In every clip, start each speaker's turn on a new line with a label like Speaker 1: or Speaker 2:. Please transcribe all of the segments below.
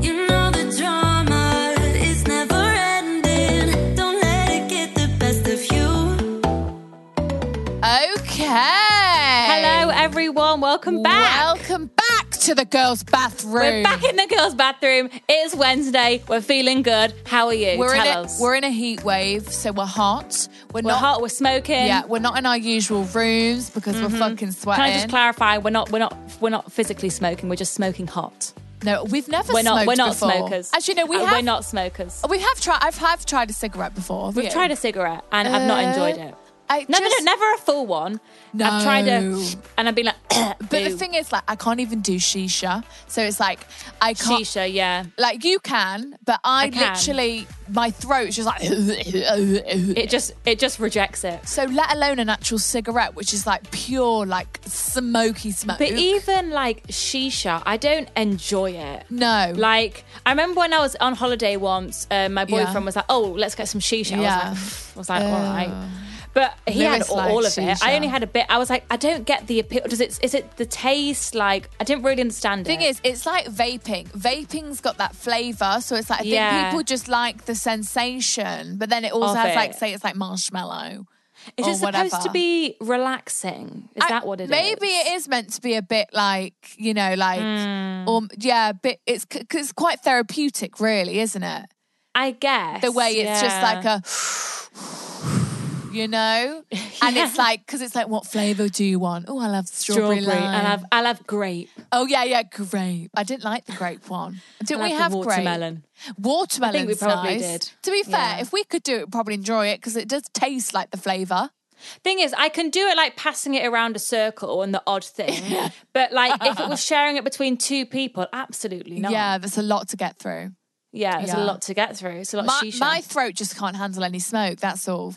Speaker 1: You know the drama is never ending. Don't let it get the best of you.
Speaker 2: Okay.
Speaker 3: Hello, everyone. Welcome back.
Speaker 2: Welcome back to the girls' bathroom.
Speaker 3: We're back in the girls' bathroom. It's Wednesday. We're feeling good. How are you?
Speaker 2: We're in,
Speaker 3: Tell
Speaker 2: a,
Speaker 3: us.
Speaker 2: we're in a heat wave, so we're hot. We're,
Speaker 3: We're
Speaker 2: not
Speaker 3: hot. We're smoking.
Speaker 2: Yeah, we're not in our usual rooms because we're fucking sweating.
Speaker 3: Can I just clarify? We're not. We're not. We're not physically smoking. We're just smoking hot.
Speaker 2: no, we've never
Speaker 3: We're not.
Speaker 2: smoked
Speaker 3: We're not
Speaker 2: before.
Speaker 3: smokers.
Speaker 2: Actually, no, we
Speaker 3: Uh,
Speaker 2: have. Oh,
Speaker 3: We're not smokers.
Speaker 2: We have tried. I've have tried a cigarette before.
Speaker 3: We've tried a cigarette, and I've not enjoyed it.
Speaker 2: Uh, I
Speaker 3: Never,
Speaker 2: just-
Speaker 3: no, never a full one. I've
Speaker 2: No.
Speaker 3: tried a, and I've been like,
Speaker 2: But the thing is, like, I can't even do shisha. So it's like I can't.
Speaker 3: shisha, yeah.
Speaker 2: Like you can, but I,
Speaker 3: I can.
Speaker 2: literally my throat's just like
Speaker 3: It just, it just rejects it.
Speaker 2: So let alone an actual cigarette, which is like pure, like smoky smoke.
Speaker 3: But even like shisha, I don't enjoy it.
Speaker 2: No.
Speaker 3: Like I remember when I was on holiday once, uh, my
Speaker 2: Yeah.
Speaker 3: boyfriend was like, "Oh, let's get some shisha."
Speaker 2: Yeah.
Speaker 3: I was like, I was like "All right." But he
Speaker 2: Lewis
Speaker 3: had all,
Speaker 2: likes
Speaker 3: all of it. I
Speaker 2: shisha.
Speaker 3: only had a bit. I was like, I don't get the appeal. Does it? Is it the taste? Like I didn't really understand
Speaker 2: thing
Speaker 3: it.
Speaker 2: is, it's like vaping. Vaping's got that flavour, so it's like I think
Speaker 3: Yeah.
Speaker 2: people just like the sensation, but then it also
Speaker 3: Of
Speaker 2: has
Speaker 3: it.
Speaker 2: like say it's like marshmallow.
Speaker 3: is
Speaker 2: or
Speaker 3: it supposed
Speaker 2: whatever.
Speaker 3: to be relaxing? Is
Speaker 2: I-
Speaker 3: that what it is?
Speaker 2: maybe it is meant to be a bit like you know, like or yeah, but it's c- c- it's quite therapeutic, really, isn't it?
Speaker 3: I guess
Speaker 2: the way it's just
Speaker 3: yeah.
Speaker 2: like a you know and it's like because it's like what flavor do you want oh i love strawberry,
Speaker 3: strawberry.
Speaker 2: lime.
Speaker 3: I'll have I'll have grape.
Speaker 2: oh yeah yeah grape i didn't like the grape one didn't
Speaker 3: I
Speaker 2: we
Speaker 3: like the
Speaker 2: have
Speaker 3: watermelon.
Speaker 2: grape watermelon
Speaker 3: I think we probably did.
Speaker 2: to be fair
Speaker 3: Yeah.
Speaker 2: if we could do it we'd probably enjoy it because it does taste like the flavor
Speaker 3: Thing is, I can do it like passing it around a circle and the odd thing, but like if it was sharing it between two people, absolutely not.
Speaker 2: yeah there's a lot to get through
Speaker 3: yeah, it's
Speaker 2: Yeah.
Speaker 3: a lot to get through. It's a lot of
Speaker 2: my,
Speaker 3: shisha.
Speaker 2: my throat just can't handle any smoke that's all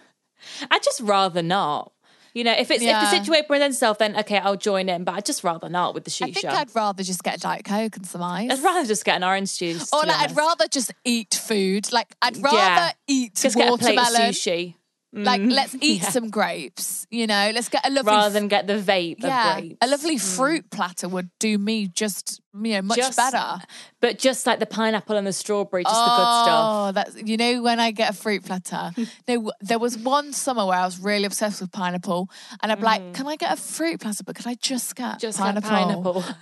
Speaker 3: I'd just rather not. You know, if it's if
Speaker 2: Yeah.
Speaker 3: the situation presents itself, then okay, I'll join in. But I'd just rather not with the shisha.
Speaker 2: i think i'd rather just get a diet coke and some ice
Speaker 3: I'd rather just get an orange juice.
Speaker 2: Or
Speaker 3: to be
Speaker 2: like, I'd
Speaker 3: honest.
Speaker 2: rather just eat food. Like I'd rather
Speaker 3: Yeah.
Speaker 2: eat
Speaker 3: just get a plate of
Speaker 2: watermelon.
Speaker 3: sushi
Speaker 2: Like let's eat some grapes. You know, let's get a lovely
Speaker 3: rather than get the vape.
Speaker 2: yeah,
Speaker 3: of grapes.
Speaker 2: a
Speaker 3: Mm.
Speaker 2: lovely fruit platter would do me just you know much
Speaker 3: Just-
Speaker 2: better.
Speaker 3: but just like the pineapple and the strawberry, just the good stuff.
Speaker 2: Oh, that's you know when I get a fruit platter. no, there was one summer where I was really obsessed with pineapple, and I'd be like, "Can I get a fruit platter? But could I just get
Speaker 3: Mm. Just like
Speaker 2: pineapple?"
Speaker 3: pineapple.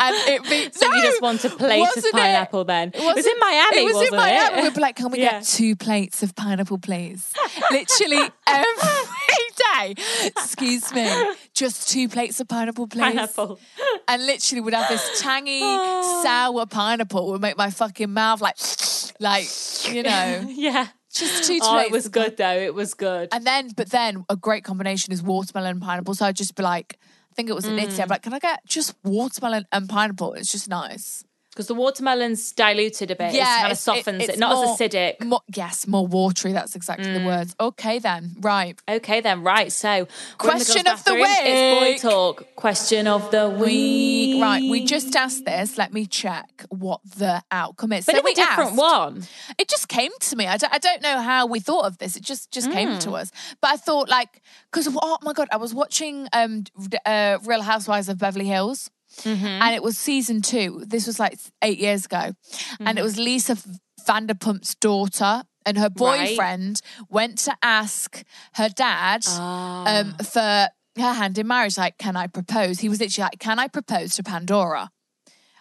Speaker 2: and it be
Speaker 3: So
Speaker 2: No!
Speaker 3: you just want a plate of
Speaker 2: Wasn't it?
Speaker 3: pineapple then? It was
Speaker 2: wasn't-
Speaker 3: in Miami,
Speaker 2: It was
Speaker 3: wasn't
Speaker 2: in
Speaker 3: it?
Speaker 2: Miami. We'd be like, can we
Speaker 3: Yeah.
Speaker 2: get two plates of pineapple, please? Literally every day. Excuse me. Just two plates of pineapple, please.
Speaker 3: pineapple.
Speaker 2: And literally would have this tangy, sour pineapple would make my fucking mouth like like, you know.
Speaker 3: Yeah.
Speaker 2: Just two
Speaker 3: Oh,
Speaker 2: plates
Speaker 3: it was
Speaker 2: of
Speaker 3: good though. It was good.
Speaker 2: And then, but then a great combination is watermelon and pineapple. So I'd just be like, I think it was an
Speaker 3: Mm.
Speaker 2: Italy. I'd be like, can I get just watermelon and pineapple? It's just nice.
Speaker 3: Because the watermelon's diluted a bit. Yeah,
Speaker 2: it's-
Speaker 3: it kind of
Speaker 2: it-
Speaker 3: softens it.
Speaker 2: it's
Speaker 3: Not
Speaker 2: more-
Speaker 3: as acidic. Mm.
Speaker 2: More, yes, more watery. That's exactly the words. Okay, then. Right.
Speaker 3: Okay then, right. So we're in
Speaker 2: Question
Speaker 3: girls'
Speaker 2: of the
Speaker 3: bathroom. It's boy
Speaker 2: week.
Speaker 3: talk. Question of the week.
Speaker 2: Right. We just asked this. Let me check what the outcome is.
Speaker 3: Bit
Speaker 2: so
Speaker 3: of a
Speaker 2: we
Speaker 3: different
Speaker 2: asked,
Speaker 3: one.
Speaker 2: It just came to me. I don't, I don't know how we thought of this. It just just came to us. But I thought like because oh my god, I was watching um d- uh, Real Housewives of Beverly Hills. And it was season two. This was like eight years ago. And it was Lisa Vanderpump's daughter and her
Speaker 3: Right.
Speaker 2: boyfriend went to ask her dad um, for her hand in marriage, like, can I propose? He was literally like, can I propose to Pandora?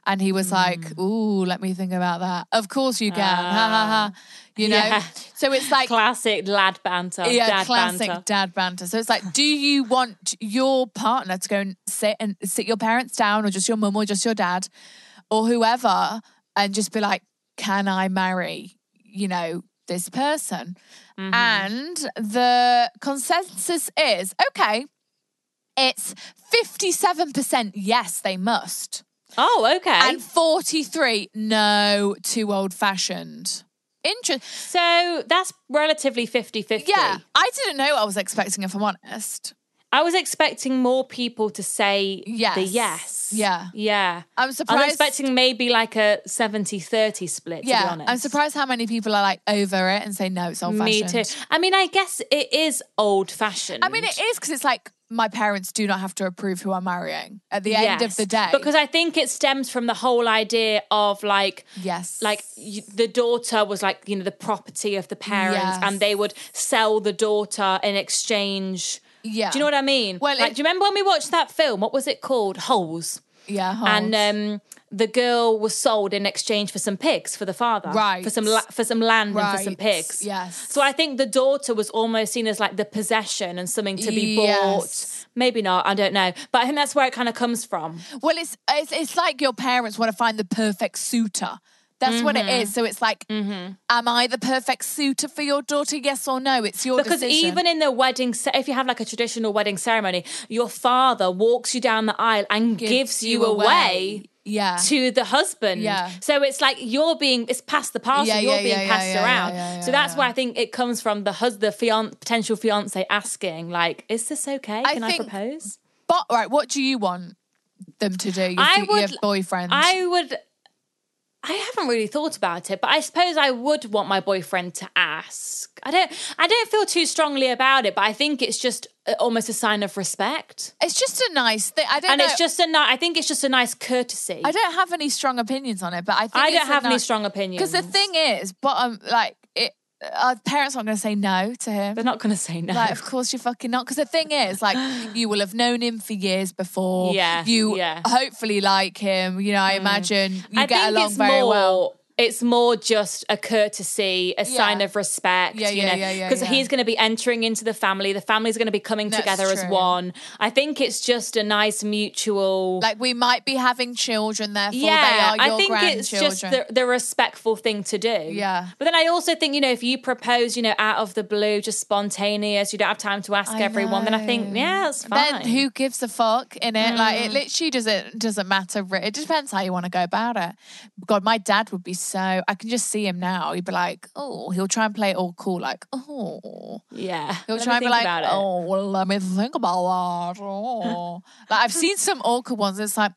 Speaker 2: And he was
Speaker 3: Mm.
Speaker 2: like, ooh, let me think about that. Of course you can. ha ha ha. You know?
Speaker 3: Ah. Yeah.
Speaker 2: So it's like
Speaker 3: classic lad banter.
Speaker 2: yeah,
Speaker 3: dad
Speaker 2: classic
Speaker 3: banter.
Speaker 2: dad banter. So it's like, do you want your partner to go and sit and sit your parents down, or just your mum, or just your dad, or whoever, and just be like, can I marry, you know, this person?
Speaker 3: Mm-hmm.
Speaker 2: And the consensus is okay. It's fifty-seven percent. Yes, they must,
Speaker 3: oh, okay.
Speaker 2: and forty-three. No, too old-fashioned. Interest.
Speaker 3: so that's relatively 50-50.
Speaker 2: Yeah, I didn't know what I was expecting, if I'm honest.
Speaker 3: I was expecting more people to say
Speaker 2: Yes.
Speaker 3: the yes.
Speaker 2: Yeah.
Speaker 3: Yeah.
Speaker 2: I'm
Speaker 3: I
Speaker 2: surprised-
Speaker 3: was expecting maybe like a 70-30 split, to be
Speaker 2: Yeah,
Speaker 3: honest.
Speaker 2: I'm surprised how many people are like over it and say no, it's old
Speaker 3: Me
Speaker 2: fashioned.
Speaker 3: too. I mean, I guess it is old fashioned.
Speaker 2: I mean, it is because it's like my parents do not have to approve who I'm marrying at the end of the day.
Speaker 3: Because I think it stems from the whole idea of like
Speaker 2: yes,
Speaker 3: like you, the daughter was like you know the property of the parents
Speaker 2: Yes.
Speaker 3: and they would sell the daughter in exchange
Speaker 2: yeah,
Speaker 3: do you know what i mean
Speaker 2: Well,
Speaker 3: like
Speaker 2: it-
Speaker 3: do you remember when we watched that film what was it called holes
Speaker 2: yeah,
Speaker 3: and
Speaker 2: holds.
Speaker 3: um the girl was sold in exchange for some pigs for the father
Speaker 2: Right.
Speaker 3: for some la- for some land and for some
Speaker 2: Right.
Speaker 3: pigs
Speaker 2: Yes.
Speaker 3: so i think the daughter was almost seen as like the possession and something to be
Speaker 2: Yes.
Speaker 3: bought maybe not i don't know but i think that's where it kind of comes from
Speaker 2: well, it's, it's it's like your parents want to find the perfect suitor. That's what
Speaker 3: Mm-hmm.
Speaker 2: it is. So it's like, am I the perfect suitor for your daughter? Yes or no? It's your
Speaker 3: because
Speaker 2: decision.
Speaker 3: even in the wedding ce- if you have like a traditional wedding ceremony your father walks you down the aisle and gives, you away,
Speaker 2: Yeah.
Speaker 3: to the husband
Speaker 2: Yeah.
Speaker 3: so it's like you're being it's past the parcel
Speaker 2: Yeah,
Speaker 3: you're
Speaker 2: yeah,
Speaker 3: being
Speaker 2: yeah, yeah,
Speaker 3: passed
Speaker 2: yeah,
Speaker 3: around
Speaker 2: yeah, yeah,
Speaker 3: so that's
Speaker 2: yeah.
Speaker 3: why i think it comes from the husband the fian- potential fiance asking like is this okay
Speaker 2: I
Speaker 3: can i,
Speaker 2: think-
Speaker 3: propose
Speaker 2: but right, what do you want them to do? Your,
Speaker 3: I
Speaker 2: fu-
Speaker 3: would-
Speaker 2: your boyfriend.
Speaker 3: i would I haven't really thought about it, but I suppose I would want my boyfriend to ask. I don't. I don't feel too strongly about it, but I think it's just uh, almost a sign of respect.
Speaker 2: It's just a nice thing. I don't
Speaker 3: and
Speaker 2: know.
Speaker 3: it's just a ni- I think it's just a nice courtesy.
Speaker 2: I don't have any strong opinions on it, but I think
Speaker 3: I don't have any strong
Speaker 2: because
Speaker 3: opinions.
Speaker 2: the thing is, but um, like it, our parents aren't going to say no to him.
Speaker 3: they're not going to say no.
Speaker 2: Like, of course you're fucking not. Because the thing is, like, you will have known him for years before.
Speaker 3: Yeah,
Speaker 2: You
Speaker 3: yeah. Mm.
Speaker 2: hopefully like him. You know, I imagine you
Speaker 3: I
Speaker 2: get
Speaker 3: think
Speaker 2: along
Speaker 3: it's
Speaker 2: very
Speaker 3: more.
Speaker 2: well.
Speaker 3: It's more just a courtesy, a sign of respect.
Speaker 2: Yeah,
Speaker 3: you
Speaker 2: yeah,
Speaker 3: know,
Speaker 2: yeah, yeah,
Speaker 3: Because
Speaker 2: yeah.
Speaker 3: he's going to be entering into the family. The family's going to be coming
Speaker 2: That's
Speaker 3: together as
Speaker 2: true.
Speaker 3: one. I think it's just a nice mutual.
Speaker 2: Like, we might be having children, therefore
Speaker 3: yeah,
Speaker 2: they are your
Speaker 3: I think it's
Speaker 2: grandchildren.
Speaker 3: just the, the respectful thing to do.
Speaker 2: Yeah.
Speaker 3: But then I also think, you know, if you propose, you know, out of the blue, just spontaneous, you don't have time to ask
Speaker 2: I
Speaker 3: everyone, then I think,
Speaker 2: know.
Speaker 3: yeah, that's fine. Mm.
Speaker 2: Then who gives a fuck in it? Like it literally doesn't doesn't matter. re- It depends how you want to go about it. God, my dad would be so. I can just see him now. He'd be like, oh, he'll try and play it all cool, like oh.
Speaker 3: Yeah.
Speaker 2: He'll
Speaker 3: Let
Speaker 2: try and be
Speaker 3: me think
Speaker 2: like,
Speaker 3: about it.
Speaker 2: oh, well, let me think about that. Oh. like I've seen some awkward ones. It's like.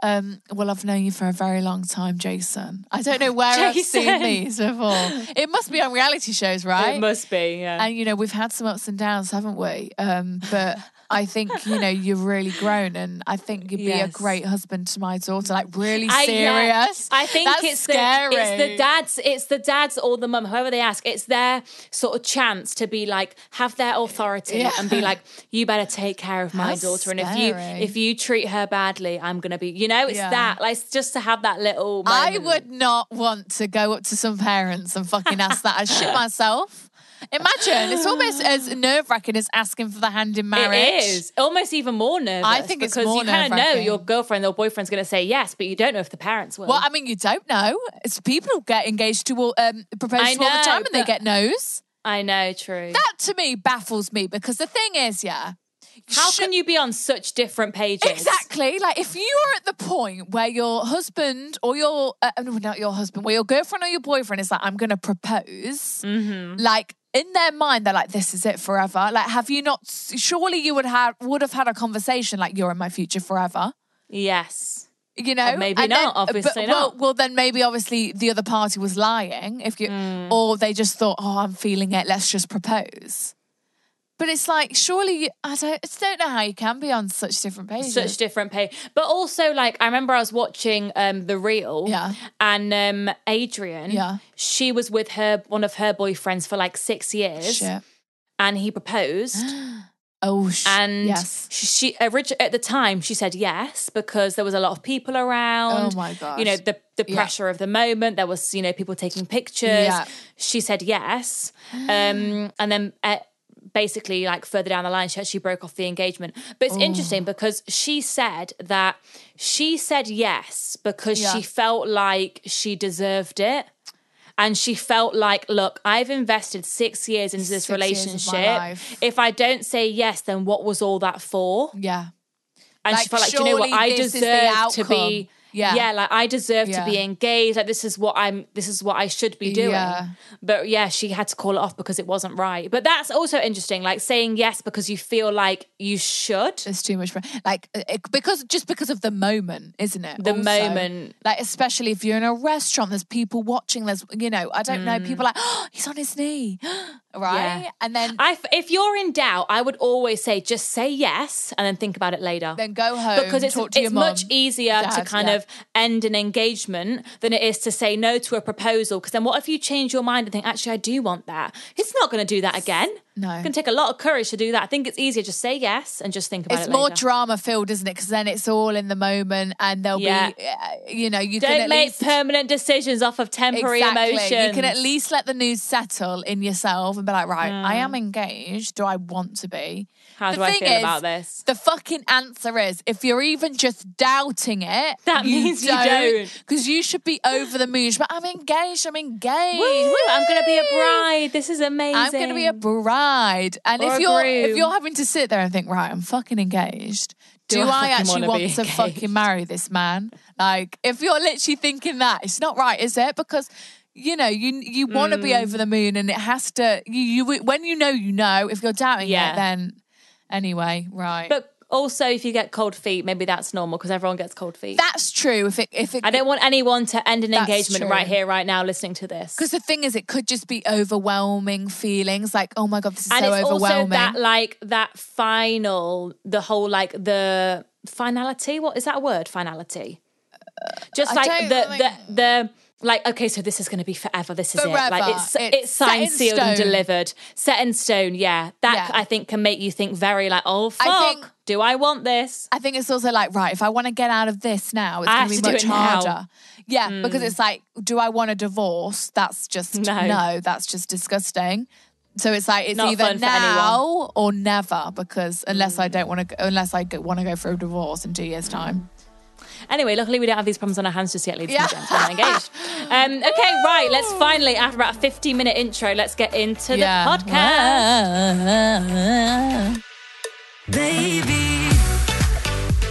Speaker 2: Um, well, I've known you for a very long time, Jason. I don't know where I've seen
Speaker 3: Jason.
Speaker 2: these before. It must be on reality shows, right?
Speaker 3: It must be, yeah.
Speaker 2: and you know we've had some ups and downs haven't we um but i think you know you're really grown and i think you'd be a
Speaker 3: Yes.
Speaker 2: great husband to my daughter like really
Speaker 3: I- yeah.
Speaker 2: serious
Speaker 3: I think
Speaker 2: That's
Speaker 3: it's
Speaker 2: scary
Speaker 3: The, it's the dads, it's the dads or the mum, whoever they ask. It's their sort of chance to be like have their authority
Speaker 2: Yeah.
Speaker 3: and be like, you better take care of my
Speaker 2: How
Speaker 3: daughter, and if you
Speaker 2: scary.
Speaker 3: if you treat her badly, I'm gonna be, you know, it's
Speaker 2: Yeah.
Speaker 3: that like it's just to have that little.
Speaker 2: i
Speaker 3: moment.
Speaker 2: would not want to go up to some parents and fucking ask that i shit myself imagine it's almost as nerve-wracking as asking for the hand in marriage
Speaker 3: It is almost even more nervous.
Speaker 2: I think it's
Speaker 3: because
Speaker 2: more
Speaker 3: you kind of know
Speaker 2: nerve-wracking.
Speaker 3: your girlfriend or boyfriend's going to say yes, but you don't know if the parents will.
Speaker 2: well, I mean, you don't know. It's people get engaged to all, um, propose
Speaker 3: I
Speaker 2: to all the
Speaker 3: know,
Speaker 2: time, and they
Speaker 3: but-
Speaker 2: get no's.
Speaker 3: I know, true.
Speaker 2: That to me baffles me because the thing is, yeah,
Speaker 3: How
Speaker 2: sh-
Speaker 3: can you be on such different pages?
Speaker 2: Exactly. Like if you are at the point where your husband or your uh, no, not your husband, where your girlfriend or your boyfriend is like, "I'm going to propose,"
Speaker 3: Mm-hmm.
Speaker 2: like in their mind, they're like, "This is it forever." Like, have you not? Surely you would have would have had a conversation like, "You're in my future forever."
Speaker 3: Yes.
Speaker 2: You know,
Speaker 3: maybe
Speaker 2: And then- uh,
Speaker 3: not, obviously
Speaker 2: well-
Speaker 3: not.
Speaker 2: Well, then maybe obviously the other party was lying. If you,
Speaker 3: Mm.
Speaker 2: or they just thought, "Oh, I'm feeling it. Let's just propose." But it's like, surely you, I don't. I just don't know how you can be on such different pages.
Speaker 3: such different pay. But also, like, I remember I was watching um the reel,
Speaker 2: Yeah.
Speaker 3: and um Adrian,
Speaker 2: Yeah.
Speaker 3: she was with her one of her boyfriends for like six years,
Speaker 2: Shit.
Speaker 3: and he proposed.
Speaker 2: Oh, sh-
Speaker 3: And
Speaker 2: yes.
Speaker 3: she, she orig- at the time she said yes because there was a lot of people around.
Speaker 2: Oh my gosh.
Speaker 3: You know the the
Speaker 2: Yeah.
Speaker 3: pressure of the moment. There was you know people taking pictures.
Speaker 2: Yeah.
Speaker 3: She said yes, um, and then. Uh, Basically, like further down the line, she actually broke off the engagement. But it's
Speaker 2: Oh.
Speaker 3: interesting because she said that she said yes because
Speaker 2: Yeah.
Speaker 3: she felt like she deserved it. And she felt like, look, I've invested six years into this
Speaker 2: Six years of my
Speaker 3: relationship.
Speaker 2: life.
Speaker 3: If I don't say yes, then what was all that for?
Speaker 2: Yeah.
Speaker 3: And she
Speaker 2: Like,
Speaker 3: felt like, do you know what?
Speaker 2: surely
Speaker 3: I
Speaker 2: this is the
Speaker 3: deserve to
Speaker 2: outcome.
Speaker 3: be.
Speaker 2: Yeah.
Speaker 3: yeah, like I deserve
Speaker 2: Yeah.
Speaker 3: to be engaged. Like this is what I'm. This is what I should be doing.
Speaker 2: Yeah.
Speaker 3: But yeah, she had to call it off because it wasn't right. But that's also interesting. Like saying yes because you feel like you should.
Speaker 2: It's too much for like uh, it, because just because of the moment, isn't it?
Speaker 3: The moment.
Speaker 2: like especially if you're in a restaurant, there's people watching. There's you know, I don't know, people are like oh, he's on his knee, right?
Speaker 3: Mm. Yeah.
Speaker 2: And then
Speaker 3: I, if you're in doubt, I would always say just say yes and then think about it later.
Speaker 2: Then go home,
Speaker 3: because it's
Speaker 2: talk to
Speaker 3: it's
Speaker 2: your
Speaker 3: much
Speaker 2: mum,
Speaker 3: easier to
Speaker 2: dad,
Speaker 3: kind
Speaker 2: yeah.
Speaker 3: of end an engagement than it is to say no to a proposal. Because then what if you change your mind and think actually I do want that? It's not going to do that again.
Speaker 2: No.
Speaker 3: it's going to take a lot of courage to do that. I think it's easier just say yes and just think about
Speaker 2: it's
Speaker 3: it.
Speaker 2: more
Speaker 3: later.
Speaker 2: drama filled, isn't it? Because then it's all in the moment, and there'll
Speaker 3: Yeah.
Speaker 2: be uh, you know you can
Speaker 3: Don't
Speaker 2: at
Speaker 3: make
Speaker 2: least
Speaker 3: permanent decisions off of temporary
Speaker 2: exactly.
Speaker 3: emotions.
Speaker 2: You can at least let the news settle in yourself and be like, right, I am
Speaker 3: Mm.
Speaker 2: engaged. Do I want to be?
Speaker 3: How
Speaker 2: the
Speaker 3: do I
Speaker 2: thing
Speaker 3: feel
Speaker 2: is,
Speaker 3: about this?
Speaker 2: The fucking answer is if you're even just doubting it,
Speaker 3: That means you don't.
Speaker 2: Because you should be over the moon. But I'm engaged. I'm engaged.
Speaker 3: Woo, woo, I'm going to be a
Speaker 2: Woo!
Speaker 3: bride. This is amazing.
Speaker 2: I'm going to be a bride. And
Speaker 3: Or
Speaker 2: if
Speaker 3: a
Speaker 2: you're if
Speaker 3: groom.
Speaker 2: you're having to sit there and think, right, I'm fucking engaged. Do,
Speaker 3: Do I
Speaker 2: I,
Speaker 3: fucking
Speaker 2: actually
Speaker 3: wanna
Speaker 2: want
Speaker 3: be
Speaker 2: to fucking
Speaker 3: engaged?
Speaker 2: marry this man? Like, if you're literally thinking that, it's not right, is it? Because you know, you you want to be over
Speaker 3: Mm.
Speaker 2: the moon, and it has to. You, you when you know, you know. If you're doubting it,
Speaker 3: Yeah.
Speaker 2: then anyway, right?
Speaker 3: But also, if you get cold feet, maybe that's normal because everyone gets cold feet.
Speaker 2: that's true. If it if it
Speaker 3: I don't want anyone to end an
Speaker 2: That's
Speaker 3: engagement
Speaker 2: true.
Speaker 3: right here, right now, listening to this.
Speaker 2: because the thing is, it could just be overwhelming feelings. Like, oh my god, this is
Speaker 3: and
Speaker 2: so
Speaker 3: it's also
Speaker 2: overwhelming.
Speaker 3: that like that final, the whole like the finality. What is that word? Finality. Just
Speaker 2: Uh, I
Speaker 3: like
Speaker 2: don't
Speaker 3: the,
Speaker 2: think-
Speaker 3: the the like. Okay, so this is going to be forever. This is it.
Speaker 2: Forever.
Speaker 3: Like it's
Speaker 2: It's
Speaker 3: it's,
Speaker 2: set in
Speaker 3: signed, sealed, and
Speaker 2: stone.
Speaker 3: delivered, set in stone. Yeah, that
Speaker 2: Yeah.
Speaker 3: I think can make you think very like, oh fuck,
Speaker 2: I think-
Speaker 3: do I want this?
Speaker 2: I think it's also like, right, if I want to get out of this now, it's
Speaker 3: I
Speaker 2: going
Speaker 3: have
Speaker 2: to
Speaker 3: to
Speaker 2: be much
Speaker 3: do it now. Mm.
Speaker 2: harder. Yeah, because it's like, do I want a divorce? That's just, no,
Speaker 3: No.
Speaker 2: that's just disgusting. So it's like, it's
Speaker 3: Not
Speaker 2: either
Speaker 3: fun for anyone. Mm.
Speaker 2: now or never because unless I don't want to, unless I want to go for a divorce in two years' time.
Speaker 3: Anyway, luckily we don't have these problems on our hands just yet, ladies and gents. I'm engaged. Um, okay, right. Let's finally, after about a 15 minute intro, let's get into
Speaker 2: yeah.
Speaker 3: the podcast.
Speaker 1: Baby.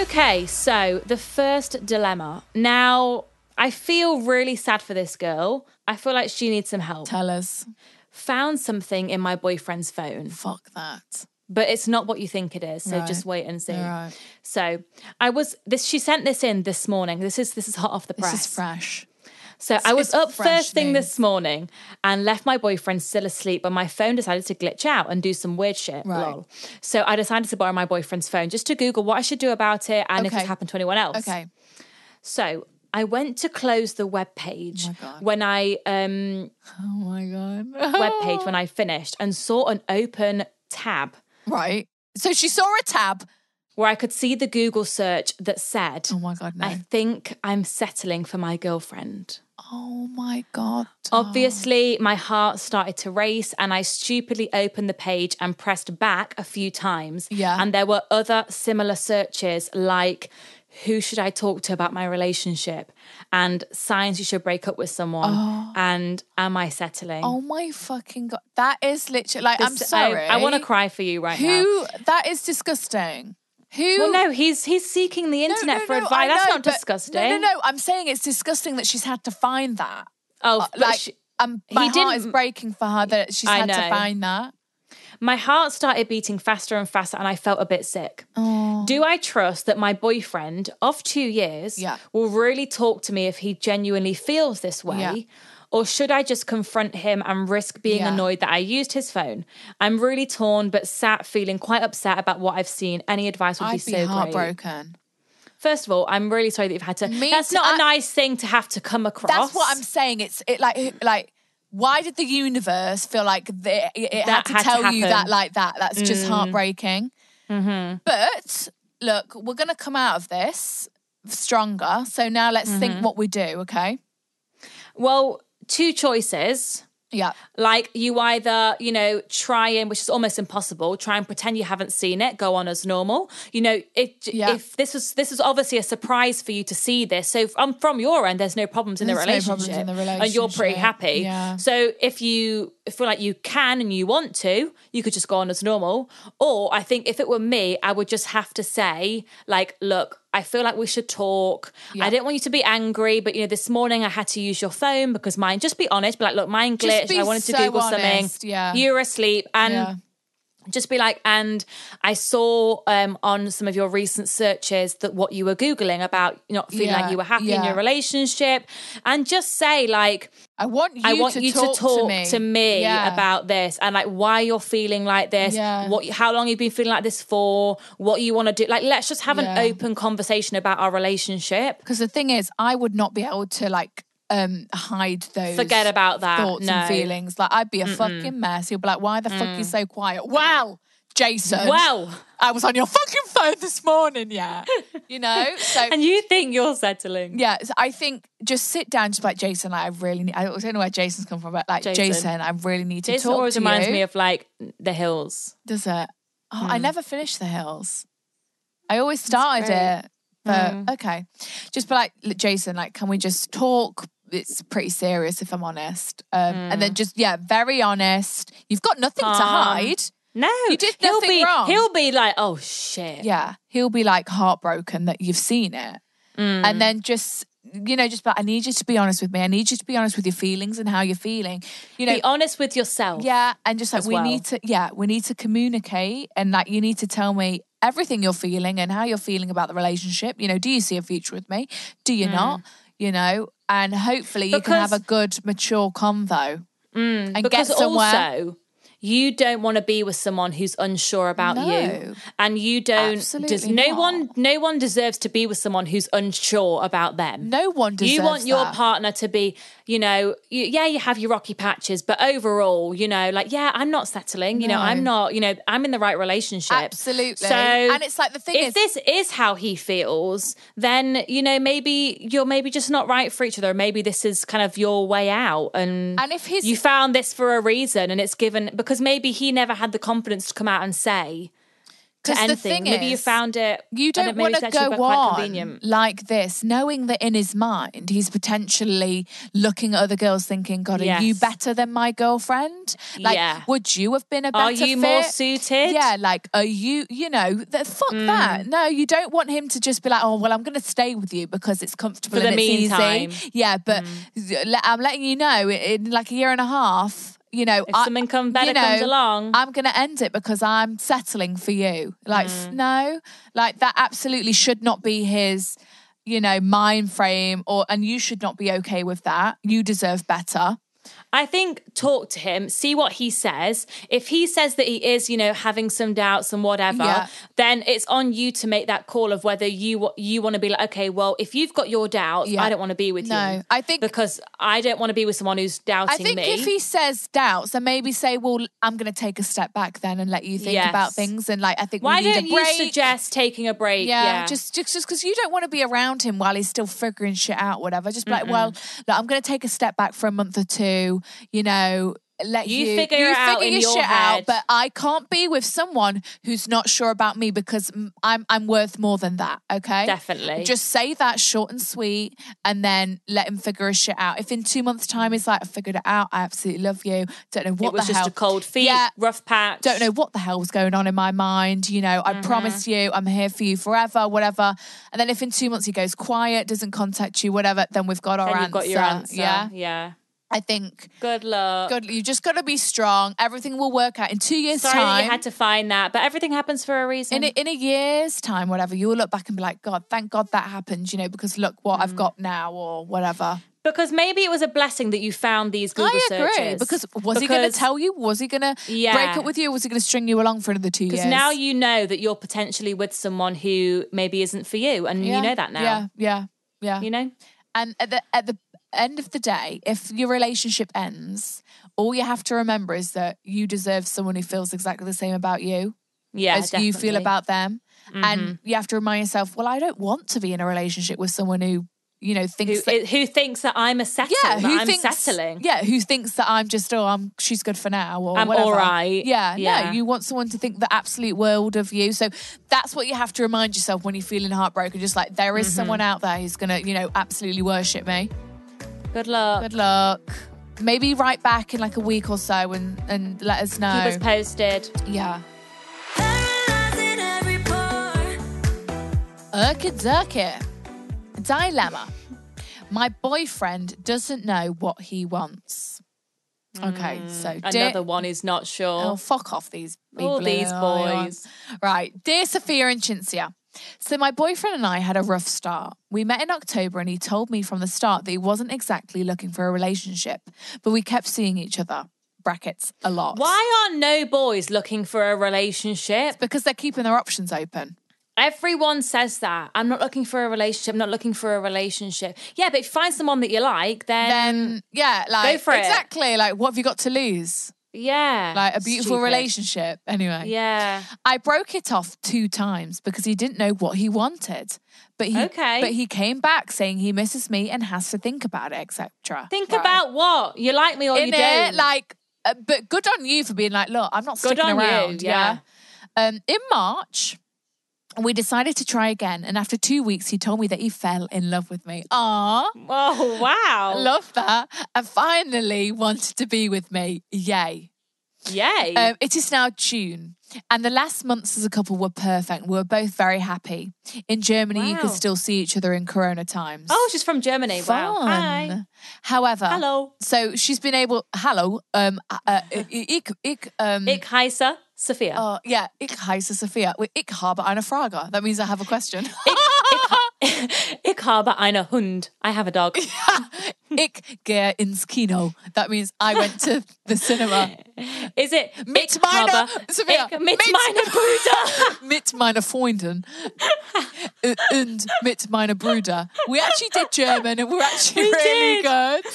Speaker 3: Okay, so the first dilemma. Now, I feel really sad for this girl. I feel like she needs some help.
Speaker 2: Tell us.
Speaker 3: Found something in my boyfriend's phone,
Speaker 2: Fuck that.
Speaker 3: but it's not what you think it is. So just wait and see.
Speaker 2: Right.
Speaker 3: So I was this. She sent this in this morning. This is this is hot off the
Speaker 2: This
Speaker 3: press.
Speaker 2: is fresh.
Speaker 3: So I was
Speaker 2: it's
Speaker 3: up
Speaker 2: fresh
Speaker 3: first thing
Speaker 2: news.
Speaker 3: this morning and left my boyfriend still asleep, but my phone decided to glitch out and do some weird shit.
Speaker 2: Right.
Speaker 3: Lol. So I decided to borrow my boyfriend's phone just to Google what I should do about it and if
Speaker 2: Okay.
Speaker 3: it's happened to anyone else.
Speaker 2: Okay.
Speaker 3: So I went to close the web page when I um
Speaker 2: Oh my God.
Speaker 3: web page when I finished and saw an open tab
Speaker 2: right. So she saw a tab.
Speaker 3: where I could see the Google search that said,
Speaker 2: Oh my God, no.
Speaker 3: I think I'm settling for my girlfriend.
Speaker 2: Oh my God.
Speaker 3: Obviously, my heart started to race and I stupidly opened the page and pressed back a few times.
Speaker 2: Yeah.
Speaker 3: And there were other similar searches like, who should I talk to about my relationship? And signs you should break up with someone. And am I settling?
Speaker 2: Oh my fucking god! That is literally like I'm
Speaker 3: This- oh,
Speaker 2: sorry.
Speaker 3: I, want to cry for you right now.
Speaker 2: Who? That is disgusting. Who?
Speaker 3: Well, no, he's he's seeking the
Speaker 2: No,
Speaker 3: internet
Speaker 2: no,
Speaker 3: for
Speaker 2: no, I
Speaker 3: advice. That's
Speaker 2: know,
Speaker 3: not
Speaker 2: but-
Speaker 3: disgusting.
Speaker 2: No, no, no. I'm saying it's disgusting that she's had to find that.
Speaker 3: Oh,
Speaker 2: Uh,
Speaker 3: but
Speaker 2: like,
Speaker 3: she-
Speaker 2: um, my
Speaker 3: he
Speaker 2: heart is
Speaker 3: didn't-
Speaker 2: breaking for her that she's
Speaker 3: I
Speaker 2: had to
Speaker 3: know.
Speaker 2: find that.
Speaker 3: My heart started beating faster and faster, and I felt a bit sick. Do I trust that my boyfriend of two years
Speaker 2: Yeah.
Speaker 3: will really talk to me if he genuinely feels this way?
Speaker 2: Yeah.
Speaker 3: Or should I just confront him and risk being
Speaker 2: Yeah.
Speaker 3: annoyed that I used his phone? I'm really torn, but sat feeling quite upset about what I've seen. Any advice would be
Speaker 2: I'd be
Speaker 3: so great.
Speaker 2: heartbroken.
Speaker 3: First of all, I'm really sorry that you've had to.
Speaker 2: Me
Speaker 3: that's
Speaker 2: too.
Speaker 3: not a
Speaker 2: I-
Speaker 3: nice thing to have to come across.
Speaker 2: That's what I'm saying. It's it like like why did the universe feel like the, it, it had
Speaker 3: That
Speaker 2: to
Speaker 3: had to
Speaker 2: tell you that
Speaker 3: happen. Mm. Mm-hmm.
Speaker 2: like that? That's just heartbreaking. But look, we're gonna come out of this stronger. So now let's think
Speaker 3: Mm-hmm.
Speaker 2: what we do. Okay.
Speaker 3: Well, two choices.
Speaker 2: Yeah.
Speaker 3: Like you either, you know, try and which is almost impossible, try and pretend you haven't seen it, go on as normal. You know, if
Speaker 2: Yeah.
Speaker 3: if this was this was obviously a surprise for you to see this. So from from your end, there's no problems in the
Speaker 2: There's no problems
Speaker 3: relationship.
Speaker 2: in the
Speaker 3: And you're pretty
Speaker 2: relationship.
Speaker 3: happy.
Speaker 2: Yeah.
Speaker 3: So if you feel like you can and you want to, you could just go on as normal. Or I think if it were me, I would just have to say, like, look, I feel like we should talk. I don't want you to be angry, but you know, this morning I had to use your phone because mine. Just be honest, be like, look, mine
Speaker 2: Just
Speaker 3: glitched.
Speaker 2: be
Speaker 3: I wanted to
Speaker 2: so
Speaker 3: Google
Speaker 2: honest,
Speaker 3: something.
Speaker 2: yeah.
Speaker 3: you were asleep, and
Speaker 2: yeah.
Speaker 3: just be like, and I saw um, on some of your recent searches that what you were googling about not feeling
Speaker 2: Yeah,
Speaker 3: like you were happy in
Speaker 2: yeah.
Speaker 3: your relationship, and just say like,
Speaker 2: I want you.
Speaker 3: I want
Speaker 2: to
Speaker 3: you
Speaker 2: talk
Speaker 3: to talk
Speaker 2: me, Yeah.
Speaker 3: about this and like why you're feeling like this,
Speaker 2: Yeah.
Speaker 3: what, how long you've been feeling like this for, what you want to do. Like, let's just have
Speaker 2: Yeah.
Speaker 3: an open conversation about our relationship.
Speaker 2: Because the thing is, I would not be able to like um hide those.
Speaker 3: Forget about that.
Speaker 2: Thoughts
Speaker 3: No. Mm.
Speaker 2: and feelings. Like I'd be a fucking mess. He'll be like, "Why the fuck you so quiet?" Well, Jason.
Speaker 3: Well.
Speaker 2: I was on your fucking phone this morning. Yeah, you know. So
Speaker 3: And you think you're settling?
Speaker 2: yeah, so I think just sit down, just be like Jason. Like I really need. I don't know where Jason's come from, but like Jason,
Speaker 3: Jason.
Speaker 2: I really need to
Speaker 3: Jason
Speaker 2: talk
Speaker 3: always
Speaker 2: to
Speaker 3: reminds
Speaker 2: you.
Speaker 3: me of like the hills.
Speaker 2: Does it? Oh, I never finished the hills. I always started it, but okay. Just be like, "Look, Jason, like, can we just talk? It's pretty serious, if I'm honest. Um, And then just, yeah, very honest. You've got nothing to hide.
Speaker 3: No,
Speaker 2: You did
Speaker 3: he'll
Speaker 2: nothing
Speaker 3: be,
Speaker 2: wrong.
Speaker 3: He'll be like, oh shit.
Speaker 2: Yeah, he'll be like heartbroken that you've seen it. And then just, you know, just, but I need you to be honest with me. I need you to be honest with your feelings and how you're feeling. You know,
Speaker 3: Be honest with yourself.
Speaker 2: Yeah, and just like
Speaker 3: as
Speaker 2: we
Speaker 3: well.
Speaker 2: need to, yeah, we need to communicate, and like you need to tell me everything you're feeling and how you're feeling about the relationship. You know, do you see a future with me? Do you not? You know, and hopefully you can have
Speaker 3: Hmm. Because-
Speaker 2: a
Speaker 3: Hmm,
Speaker 2: good, mature convo and
Speaker 3: because
Speaker 2: get somewhere.
Speaker 3: also you don't want to be with someone who's unsure about
Speaker 2: No.
Speaker 3: you and you don't
Speaker 2: Absolutely
Speaker 3: no
Speaker 2: not.
Speaker 3: one no one deserves to be with someone who's unsure about them
Speaker 2: No one
Speaker 3: you
Speaker 2: deserves
Speaker 3: want your
Speaker 2: that.
Speaker 3: partner to be you know you, yeah you have your rocky patches but overall you know like yeah i'm not settling you know i'm not you know i'm in the right relationship
Speaker 2: Absolutely.
Speaker 3: so
Speaker 2: And it's like the thing
Speaker 3: if
Speaker 2: is-
Speaker 3: this is how he feels then you know maybe you're maybe just not right for each other maybe this is kind of your way out and
Speaker 2: And if his-
Speaker 3: you found this for a reason and it's given because maybe he never had the confidence to come out and say to
Speaker 2: 'Cause the
Speaker 3: anything
Speaker 2: thing
Speaker 3: maybe you
Speaker 2: is,
Speaker 3: found it
Speaker 2: You
Speaker 3: and
Speaker 2: don't
Speaker 3: it maybe
Speaker 2: want
Speaker 3: it's
Speaker 2: to
Speaker 3: actually
Speaker 2: go
Speaker 3: quite
Speaker 2: on
Speaker 3: convenient.
Speaker 2: like this, knowing that in his mind he's potentially looking at other girls, thinking, "God, are you
Speaker 3: Yes.
Speaker 2: better than my girlfriend? Like,
Speaker 3: Yeah.
Speaker 2: would you have been a better?
Speaker 3: Are you more
Speaker 2: fit?
Speaker 3: suited? Mm.
Speaker 2: Yeah, like, are you? You know, th- fuck that. No, you don't want him to just be like, "Oh, well, I'm going to stay with you because it's comfortable
Speaker 3: For the
Speaker 2: and it's
Speaker 3: meantime. Mm.
Speaker 2: easy." Yeah, but le- I'm letting you know in like a year and a half. You know,
Speaker 3: If something come better comes along.
Speaker 2: I'm going to end it because I'm settling for you. Like,
Speaker 3: Mm.
Speaker 2: f- no, like that absolutely should not be his, you know, mind frame, or and you should not be okay with that. You deserve better.
Speaker 3: I think talk to him, see what he says. If he says that he is, you know, having some doubts and whatever,
Speaker 2: Yeah.
Speaker 3: then it's on you to make that call of whether you wa- you want to be like, okay, well, if you've got your doubts,
Speaker 2: Yeah.
Speaker 3: I don't want to be with you.
Speaker 2: No, I think-
Speaker 3: because I don't want to be with someone who's doubting
Speaker 2: I think
Speaker 3: me.
Speaker 2: if he says doubts, then maybe say, "Well, I'm going to take a step back then and let you think
Speaker 3: Yes.
Speaker 2: about things." And like, I think
Speaker 3: Why
Speaker 2: we need
Speaker 3: don't
Speaker 2: a
Speaker 3: you
Speaker 2: break.
Speaker 3: suggest taking a break?
Speaker 2: Yeah, just just just because you don't want to be around him while he's still figuring shit out, whatever. Just be like, well, look, I'm going to take a step back for a month or two. You know, let
Speaker 3: You
Speaker 2: you,
Speaker 3: figure it out in your
Speaker 2: shit
Speaker 3: head.
Speaker 2: out. But I can't be with someone who's not sure about me because mm, I'm I'm worth more than that. Okay,
Speaker 3: Definitely.
Speaker 2: Just say that short and sweet, and then let him figure his shit out. If in two months' time he's like, I figured it out. I absolutely love you. Don't know what
Speaker 3: it was
Speaker 2: the
Speaker 3: just
Speaker 2: hell.
Speaker 3: a cold feet,
Speaker 2: Yeah,
Speaker 3: rough patch.
Speaker 2: don't know what the hell was going on in my mind. You know, I
Speaker 3: Mm-hmm.
Speaker 2: promise you, I'm here for you forever, whatever. And then if in two months he goes quiet, doesn't contact you, whatever, then we've got our
Speaker 3: Then
Speaker 2: answer.
Speaker 3: you've got your answer.
Speaker 2: Yeah.
Speaker 3: yeah.
Speaker 2: I think
Speaker 3: Good luck.
Speaker 2: God, you just got to be strong. Everything will work out in two years'
Speaker 3: Sorry
Speaker 2: time.
Speaker 3: that you had to find that, but everything happens for a reason.
Speaker 2: in a, in a year's time, whatever, you will look back and be like, God, thank God that happened, you know, because look what
Speaker 3: Mm.
Speaker 2: I've got now or whatever.
Speaker 3: because maybe it was a blessing that you found these Google
Speaker 2: I agree.
Speaker 3: searches.
Speaker 2: Because was he going
Speaker 3: Because-
Speaker 2: to tell you? Was he going to
Speaker 3: Yeah.
Speaker 2: break up with you? Was he going to string you along for another two years?
Speaker 3: Because now you know that you're potentially with someone who maybe isn't for you, and
Speaker 2: Yeah,
Speaker 3: you know that now.
Speaker 2: Yeah, yeah, yeah.
Speaker 3: You know,
Speaker 2: And at the at the end of the day, if your relationship ends, all you have to remember is that you deserve someone who feels exactly the same about you.
Speaker 3: yeah,
Speaker 2: as you feel
Speaker 3: definitely. Mm-hmm.
Speaker 2: about them. And you have to remind yourself, well, I don't want to be in a relationship with someone who, you know,
Speaker 3: who,
Speaker 2: thinks that.
Speaker 3: who thinks that I'm a settle,
Speaker 2: yeah,
Speaker 3: that
Speaker 2: who
Speaker 3: I'm
Speaker 2: thinks
Speaker 3: settling.
Speaker 2: Yeah, who thinks that I'm just oh, I'm she's good for now or
Speaker 3: I'm
Speaker 2: whatever.
Speaker 3: all right.
Speaker 2: Yeah,
Speaker 3: Yeah.
Speaker 2: no, you want someone to think the absolute world of you. So that's what you have to remind yourself when you're feeling heartbroken. Just like there
Speaker 3: Mm-hmm.
Speaker 2: is someone out there who's gonna, you know, absolutely worship me.
Speaker 3: Good luck.
Speaker 2: Good luck. Maybe write back in like a week or so and and let us know.
Speaker 3: Keep us posted.
Speaker 2: yeah.
Speaker 1: Paralyzing every pore.
Speaker 2: Urka Durka. Dilemma. My boyfriend doesn't know what he wants. Okay, so dear-
Speaker 3: Mm, Another one is not sure.
Speaker 2: Oh, fuck off these people.
Speaker 3: All these
Speaker 2: who are
Speaker 3: boys.
Speaker 2: on. Right. Dear Sophia and Cinzia. So my boyfriend and I had a rough start. We met in October and he told me from the start that he wasn't exactly looking for a relationship, but we kept seeing each other. Brackets a lot.
Speaker 3: Why aren't no boys looking for a relationship?
Speaker 2: Because they're keeping their options open.
Speaker 3: Everyone says that. I'm not looking for a relationship. I'm not looking for a relationship. Yeah, but if you find someone that you like, then,
Speaker 2: Then yeah, like
Speaker 3: for it.
Speaker 2: exactly. Like what have you got to lose?
Speaker 3: yeah,
Speaker 2: like a beautiful
Speaker 3: Stupid.
Speaker 2: relationship anyway
Speaker 3: Yeah,
Speaker 2: i broke it off two times because he didn't know what he wanted but he
Speaker 3: Okay.
Speaker 2: but he came back saying he misses me and has to think about it etc
Speaker 3: think
Speaker 2: Right.
Speaker 3: about what you like me or
Speaker 2: in
Speaker 3: you
Speaker 2: it
Speaker 3: don't.
Speaker 2: like uh, but good on you for being like look i'm not
Speaker 3: Good
Speaker 2: sticking
Speaker 3: on you,
Speaker 2: around
Speaker 3: yeah.
Speaker 2: Um, in march we decided to try again and after two weeks he told me that he fell in love with me ah
Speaker 3: oh wow,
Speaker 2: love that and finally wanted to be with me yay
Speaker 3: yay!
Speaker 2: um, it is now June. And the last months as a couple were perfect. We were both very happy. In Germany, you could
Speaker 3: Wow.
Speaker 2: still see each other in corona times.
Speaker 3: oh, she's from Germany. Wow.
Speaker 2: Fun.
Speaker 3: Hi.
Speaker 2: However,
Speaker 3: Hello.
Speaker 2: So she's been able, hello, um, uh, uh, ich, ich, um,
Speaker 3: Ich heiße Sophia.
Speaker 2: uh, yeah, ich heiße Sophia. Well, Ich habe eine Frage. That means I have a question.
Speaker 3: Ich habe eine Hund. I have a dog.
Speaker 2: ich gehe ins Kino. That means I went to the cinema.
Speaker 3: Is it
Speaker 2: Mit
Speaker 3: ich
Speaker 2: meiner-
Speaker 3: habe,
Speaker 2: Sophia,
Speaker 3: ich, mit,
Speaker 2: mit-
Speaker 3: meiner Brüder?
Speaker 2: mit meiner Freundin Ä- and mit meiner Brüder. We actually did German and we're actually
Speaker 3: We
Speaker 2: really
Speaker 3: did.
Speaker 2: good.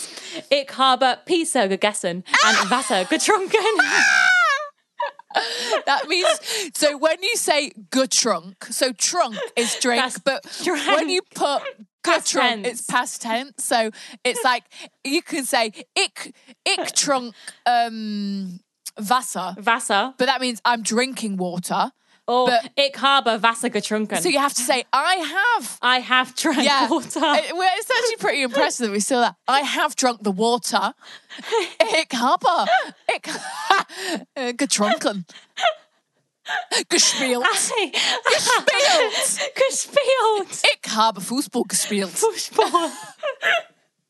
Speaker 3: ich habe Pizza gegessen
Speaker 2: Ah!
Speaker 3: and Wasser getrunken.
Speaker 2: That means so when you say good trunk, so trunk is drink,
Speaker 3: That's
Speaker 2: but
Speaker 3: drunk.
Speaker 2: when you put good
Speaker 3: Past
Speaker 2: trunk,
Speaker 3: tense.
Speaker 2: it's past tense. So it's like you can say ich ich trunk um Wasser,
Speaker 3: Wasser.
Speaker 2: but that means I'm drinking water.
Speaker 3: Or
Speaker 2: But-
Speaker 3: ich habe Wasser getrunken.
Speaker 2: So you have to say I have
Speaker 3: I have drank
Speaker 2: Yeah.
Speaker 3: water.
Speaker 2: It- well, it's actually pretty impressive that we saw that. I have drunk the water. Ich habe. Ich äh, getrunken. Gespielt.
Speaker 3: Hey.
Speaker 2: Gespielt.
Speaker 3: Gespielt.
Speaker 2: Ich habe Fußball gespielt.
Speaker 3: Fußball.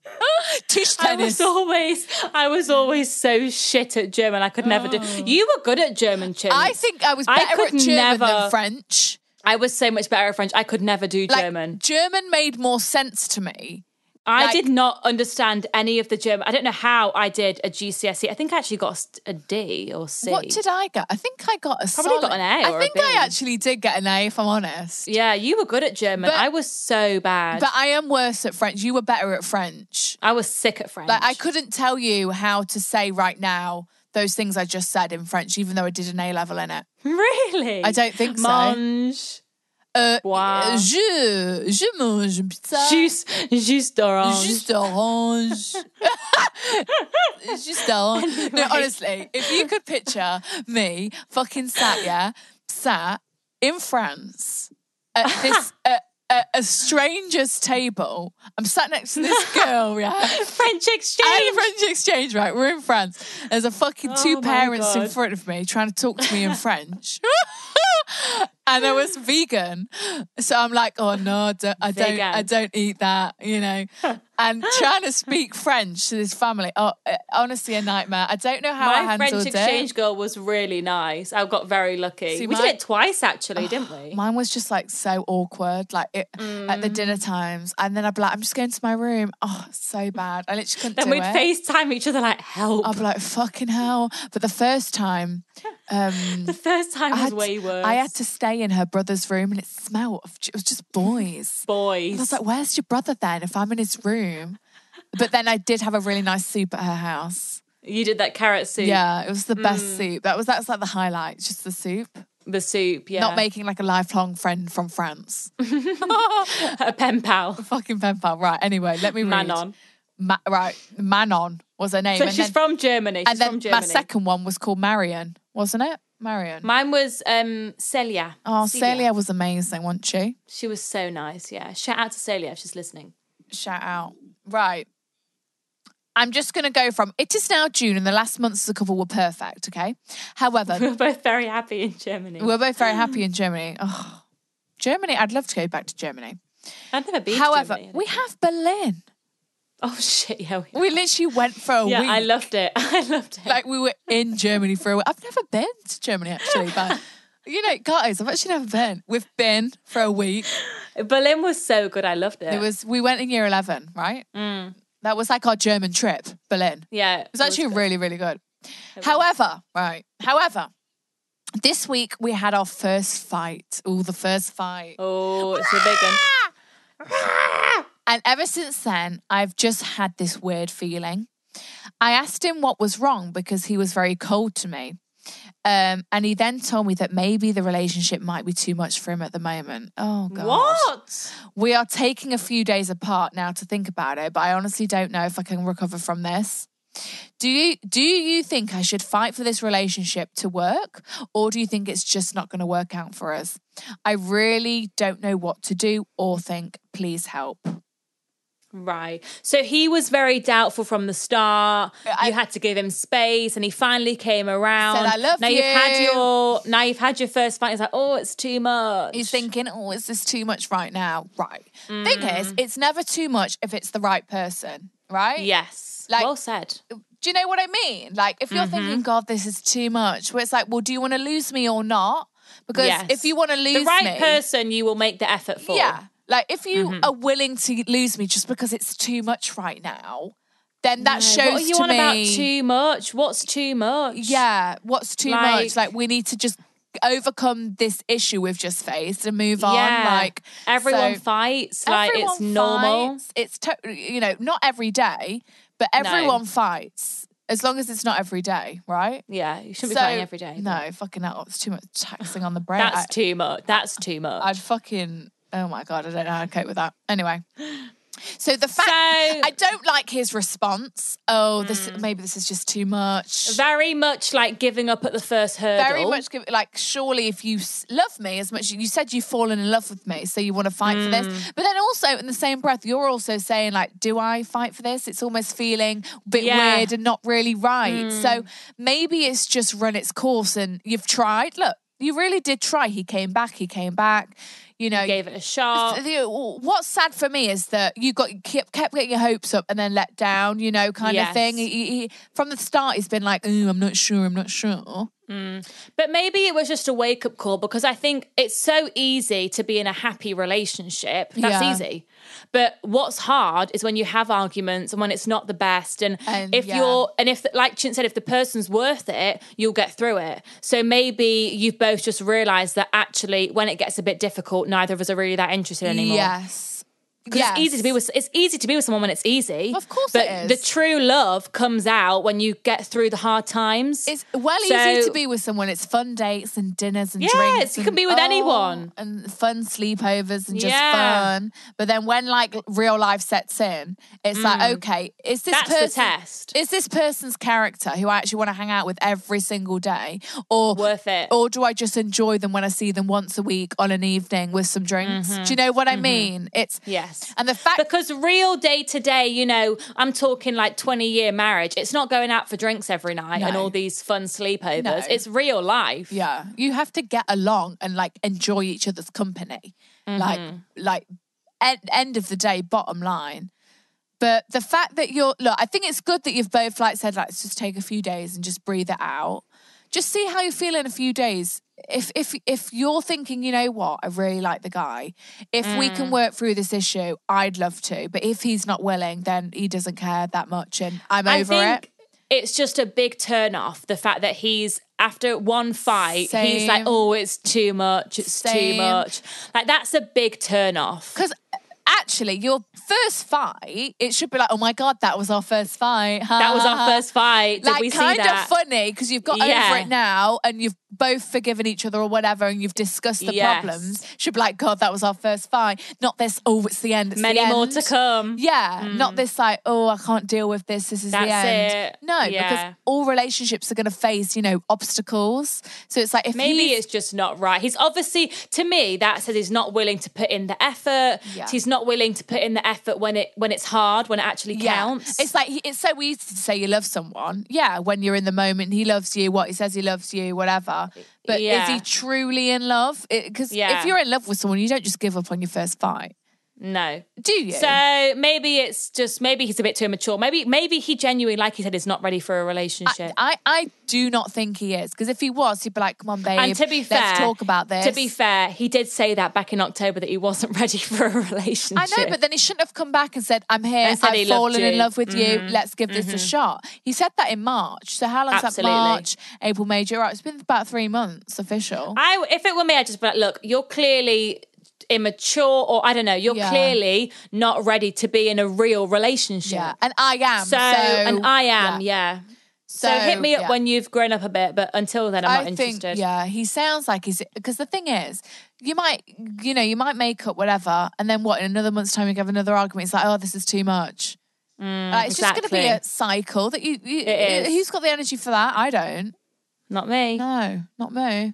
Speaker 3: I
Speaker 2: Tischtennis.
Speaker 3: was always, I was always so shit at German. I could never do. You were good at German, Chin.
Speaker 2: Oh. I think I was
Speaker 3: I
Speaker 2: better at
Speaker 3: could
Speaker 2: German than
Speaker 3: never-
Speaker 2: French.
Speaker 3: I was so much better at French. I could never do
Speaker 2: Like,
Speaker 3: German.
Speaker 2: German made more sense to me.
Speaker 3: I
Speaker 2: like-
Speaker 3: did not understand any of the German. I don't know how I did a GCSE. E. I think I actually got a st- a D or C.
Speaker 2: What did I get? I think I got a
Speaker 3: Probably got
Speaker 2: solid-
Speaker 3: an A
Speaker 2: I
Speaker 3: or a
Speaker 2: think
Speaker 3: B.
Speaker 2: I actually did get an A, if I'm honest.
Speaker 3: Yeah, you were good at German.
Speaker 2: But-
Speaker 3: I was so bad.
Speaker 2: But I am worse at French. You were better at French.
Speaker 3: I was sick at French.
Speaker 2: Like I couldn't tell you how to say right now those things I just said in French, even though I did an A level in it.
Speaker 3: really.
Speaker 2: I don't think so.
Speaker 3: Mange.
Speaker 2: Uh,
Speaker 3: Wow.
Speaker 2: Je je mange une pizza.
Speaker 3: Juice, juice d'orange.
Speaker 2: Juste orange. Juste orange. No, honestly, if you could picture me fucking sat, yeah, sat in France at this, at, at a stranger's table. I'm sat next to this girl, yeah.
Speaker 3: French exchange.
Speaker 2: I had a French exchange, right? We're in France. There's a fucking two
Speaker 3: Oh my
Speaker 2: parents in
Speaker 3: God.
Speaker 2: front of me trying to talk to me in French. and I was vegan. So I'm like, oh no, I don't, I don't, I
Speaker 3: Vegan.
Speaker 2: don't eat that, you know. And trying to speak French to this family, oh, eh, honestly, a nightmare. I don't know how I
Speaker 3: My
Speaker 2: handled
Speaker 3: French
Speaker 2: it.
Speaker 3: exchange girl was really nice. I got very lucky.
Speaker 2: See,
Speaker 3: we
Speaker 2: my-
Speaker 3: did it twice actually, didn't we?
Speaker 2: Mine was just like so awkward, like it, at the dinner
Speaker 3: Mm.
Speaker 2: times, and then I'd be like, "I'm just going to my room." Oh, so bad! I literally couldn't
Speaker 3: then
Speaker 2: do
Speaker 3: we'd
Speaker 2: it.
Speaker 3: FaceTime each other like help.
Speaker 2: I'd be like, "Fucking hell!" But the first time, um,
Speaker 3: the first time
Speaker 2: I
Speaker 3: was
Speaker 2: had,
Speaker 3: way worse.
Speaker 2: I had to stay in her brother's room, and it smelled of it was just boys. And I
Speaker 3: boys.
Speaker 2: was like, "Where's your brother then? If I'm in his room." But then I did have a really nice soup at her house.
Speaker 3: you did that carrot soup. Mm.
Speaker 2: Yeah, it was the best soup. That was that's like the highlight, just the soup.
Speaker 3: The soup, yeah.
Speaker 2: Not making like a lifelong friend from France.
Speaker 3: a pen pal.
Speaker 2: fucking pen pal. Right. Anyway, let me read.
Speaker 3: Manon.
Speaker 2: Ma- right. Manon was her name.
Speaker 3: So
Speaker 2: and
Speaker 3: she's
Speaker 2: then,
Speaker 3: from Germany. She's
Speaker 2: and then
Speaker 3: from
Speaker 2: my
Speaker 3: Germany.
Speaker 2: second one was called Marion, wasn't it? Marion.
Speaker 3: Mine was um Celia.
Speaker 2: oh, Celia was amazing, wasn't she?
Speaker 3: She was so nice, yeah. Shout out to Celia if she's listening.
Speaker 2: Shout out. Right. I'm just going to go from it is now June and the last months of the cover were perfect. Okay.
Speaker 3: We
Speaker 2: However,
Speaker 3: were both very happy in Germany.
Speaker 2: we're both very happy in Germany. Oh, Germany. I'd love to go back to Germany.
Speaker 3: I've never been
Speaker 2: However,
Speaker 3: to Germany. I don't
Speaker 2: we
Speaker 3: think.
Speaker 2: have Berlin.
Speaker 3: Oh shit, yeah. We,
Speaker 2: We literally went for a
Speaker 3: yeah,
Speaker 2: week.
Speaker 3: I loved it. I loved it.
Speaker 2: like we were in Germany for a week. I've never been to Germany actually, but you know, guys, I've actually never been. We've been for a week.
Speaker 3: Berlin was so good. I loved it.
Speaker 2: It was we went in year eleven, right?
Speaker 3: Mm.
Speaker 2: That was like our German trip, Berlin.
Speaker 3: yeah.
Speaker 2: It was actually
Speaker 3: good.
Speaker 2: really, really good. However, right. However, this week we had our first fight. Oh, the first fight.
Speaker 3: Oh, it's a big one.
Speaker 2: And ever since then, I've just had this weird feeling. I asked him what was wrong because he was very cold to me. Um, and he then told me that maybe the relationship might be too much for him at the moment. Oh, God.
Speaker 3: What?
Speaker 2: We are taking a few days apart now to think about it, but I honestly don't know if I can recover from this. Do you do you think I should fight for this relationship to work or do you think it's just not going to work out for us? I really don't know what to do or think. Please help.
Speaker 3: Right. So he was very doubtful from the start. you had to give him space, and he finally came around.
Speaker 2: "I love
Speaker 3: now You've had
Speaker 2: you."
Speaker 3: your now you've had your first fight. He's like, oh, it's too much.
Speaker 2: He's thinking, "Oh, is this too much right now?" Right. Thing is, it's never too much if it's the right person, right?
Speaker 3: yes.
Speaker 2: Like-
Speaker 3: well said.
Speaker 2: do you know what I mean? Like, if you're
Speaker 3: Mm-hmm.
Speaker 2: thinking, God, this is too much, where it's like, well, do you want to lose me or not? Because
Speaker 3: Yes.
Speaker 2: if you want to lose
Speaker 3: the right
Speaker 2: me,
Speaker 3: person, you will make the effort for. Mm-hmm.
Speaker 2: yeah, like if you are willing to lose me just because it's too much right now, then that
Speaker 3: Like,
Speaker 2: shows
Speaker 3: what are you
Speaker 2: to
Speaker 3: on
Speaker 2: me,
Speaker 3: about too much? What's too much?
Speaker 2: yeah, what's too much?
Speaker 3: Like-
Speaker 2: Like, we need to just overcome this issue we've just faced and move on. Like,
Speaker 3: everyone
Speaker 2: so-
Speaker 3: fights. Like it's
Speaker 2: Everyone
Speaker 3: normal.
Speaker 2: fights. It's to- you know not every day, but everyone fights as long as it's not every day, right?
Speaker 3: Yeah, you shouldn't be fighting every day.
Speaker 2: No, fucking hell, it's too much taxing on the brain.
Speaker 3: That's
Speaker 2: I,
Speaker 3: too much. That's too much.
Speaker 2: I'd fucking. Oh my god, I don't know how to cope with that. Anyway, so the fact
Speaker 3: So-
Speaker 2: I don't like his response. Oh, this
Speaker 3: Mm.
Speaker 2: maybe this is just too much.
Speaker 3: very much like giving up at the first hurdle.
Speaker 2: Very much give- like surely if you s- love me as much you said you've fallen in love with me, so you want to fight for
Speaker 3: Mm.
Speaker 2: this. But then also in the same breath, you're also saying like, do I fight for this? It's almost feeling a bit
Speaker 3: Yeah. Mm.
Speaker 2: weird and not really right. So maybe it's just run its course and you've tried. Look, you really did try. He came back. He came back. You know,
Speaker 3: Gave it a shot.
Speaker 2: the- the- What's sad for me is that you got kept, kept getting your hopes up and then let down, you know, kind of
Speaker 3: Yes.
Speaker 2: thing. He- he- he- from the start, he's been like, "Ooh, I'm not sure, I'm not sure."
Speaker 3: But maybe it was just a wake up call because I think it's so easy to be in a happy relationship. That's
Speaker 2: Yeah.
Speaker 3: easy. But what's hard is when you have arguments and when it's not the best. And,
Speaker 2: And,
Speaker 3: if
Speaker 2: yeah.
Speaker 3: you're, and if, like Chin said, if the person's worth it, you'll get through it. So maybe you've both just realized that actually when it gets a bit difficult, neither of us are really that interested anymore.
Speaker 2: Yes.
Speaker 3: Because it's easy to be with it's easy to be with someone when it's easy.
Speaker 2: Of course
Speaker 3: but
Speaker 2: it is.
Speaker 3: The true love comes out when you get through the hard times.
Speaker 2: It's well easy
Speaker 3: So-
Speaker 2: to be with someone. It's fun dates and dinners and
Speaker 3: Yes,
Speaker 2: drinks.
Speaker 3: you
Speaker 2: and- oh,
Speaker 3: can be with anyone.
Speaker 2: and fun sleepovers and just
Speaker 3: Yeah.
Speaker 2: fun. But then when like real life sets in, it's like okay, is this
Speaker 3: Mm. That's the
Speaker 2: person,
Speaker 3: test.
Speaker 2: Is this person's character who I actually want to hang out with every single day, or
Speaker 3: Worth it.
Speaker 2: or do I
Speaker 3: Mm-hmm.
Speaker 2: just enjoy them when I see them once a week on an evening with some drinks? Do you know what I mean? It's
Speaker 3: Yes. Yes.
Speaker 2: And the fact-
Speaker 3: Because real day to day, you know, I'm talking like 20 year marriage. It's not going out for drinks every night and
Speaker 2: No.
Speaker 3: all these fun sleepovers.
Speaker 2: No.
Speaker 3: It's real life.
Speaker 2: Yeah, you have to get along and like enjoy each other's company. Like,
Speaker 3: Mm-hmm.
Speaker 2: like end, end of the day, bottom line. But the fact that you're look, I think it's good that you've both like said like let's just take a few days and just breathe it out. Just see how you feel in a few days. If if if you're thinking, you know what, I really like the guy. If we can
Speaker 3: Mm.
Speaker 2: work through this issue, I'd love to. But if he's not willing, then he doesn't care that much, and I'm
Speaker 3: I
Speaker 2: over
Speaker 3: think
Speaker 2: it.
Speaker 3: it's just a big turn off the fact that he's after one fight, he's like,
Speaker 2: Same.
Speaker 3: oh, it's too much. It's
Speaker 2: Same.
Speaker 3: too much. Like, that's a big turn off.
Speaker 2: Because uh, actually, your first fight, it should be like, oh my god, that was our first fight.
Speaker 3: That was our first fight. Did
Speaker 2: Uh, like
Speaker 3: we see
Speaker 2: kind
Speaker 3: that?
Speaker 2: of funny because you've got
Speaker 3: Yeah.
Speaker 2: over it now and you've both forgiven each other or whatever and you've discussed the
Speaker 3: Yes.
Speaker 2: problems. Should be like, God, that was our first fight. Not this. Oh, it's the end. It's the
Speaker 3: Many more
Speaker 2: end."
Speaker 3: to come. Mm.
Speaker 2: Yeah, not this like, oh, I can't deal with this. This is the
Speaker 3: That's
Speaker 2: end.
Speaker 3: it.
Speaker 2: No,
Speaker 3: Yeah.
Speaker 2: because all relationships are going to face, you know, obstacles. So it's like if
Speaker 3: Maybe
Speaker 2: he's-
Speaker 3: it's just not right. He's obviously, to me, that says he's not willing to put in the effort.
Speaker 2: Yeah.
Speaker 3: He's not willing to put in the effort when it when it's hard, when it actually counts.
Speaker 2: It's like it's so easy to say you love someone. Yeah, when you're in the moment, he loves you. What he says, he loves you. Whatever. But is
Speaker 3: Yeah.
Speaker 2: he truly in love? Because
Speaker 3: Yeah.
Speaker 2: if you're in love with someone, you don't just give up on your first fight,
Speaker 3: no.
Speaker 2: do you?
Speaker 3: So maybe it's just maybe he's a bit too immature. Maybe maybe he genuinely, like he said, is not ready for a
Speaker 2: I,
Speaker 3: relationship.
Speaker 2: I, I do not think he is because if he was, he'd be like, "Come on, babe,
Speaker 3: and to be fair,
Speaker 2: let's talk about this."
Speaker 3: To be fair, he did say that back in October that he wasn't ready for a
Speaker 2: I
Speaker 3: relationship.
Speaker 2: know, but then he shouldn't have come back and said, "I'm here.
Speaker 3: And said he
Speaker 2: I've
Speaker 3: loved
Speaker 2: fallen in
Speaker 3: you. Mm-hmm.
Speaker 2: love with you. Let's give this a shot." He said that in March. So how long's
Speaker 3: Absolutely.
Speaker 2: that? March, April, May, June. Right, it's been about three months official.
Speaker 3: I if it were me, I'd just be like, look, you're clearly immature or I don't know, you're
Speaker 2: Yeah.
Speaker 3: clearly not ready to be in a real relationship.
Speaker 2: yeah, Um, and I am.
Speaker 3: So, and I am, yeah. So, hit me up
Speaker 2: yeah.
Speaker 3: when you've grown up a bit, but until then I'm
Speaker 2: I
Speaker 3: not
Speaker 2: think,
Speaker 3: interested.
Speaker 2: yeah, he sounds like he's because the thing is, you might, you know, you might make up whatever, and then what? In another month's time, you have another argument. It's like, oh, this is too much. Like, Uh, it's just going to be a
Speaker 3: Mm, exactly.
Speaker 2: cycle that you. you
Speaker 3: It is.
Speaker 2: Who's got the energy for that? I don't.
Speaker 3: Not me.
Speaker 2: No, not me.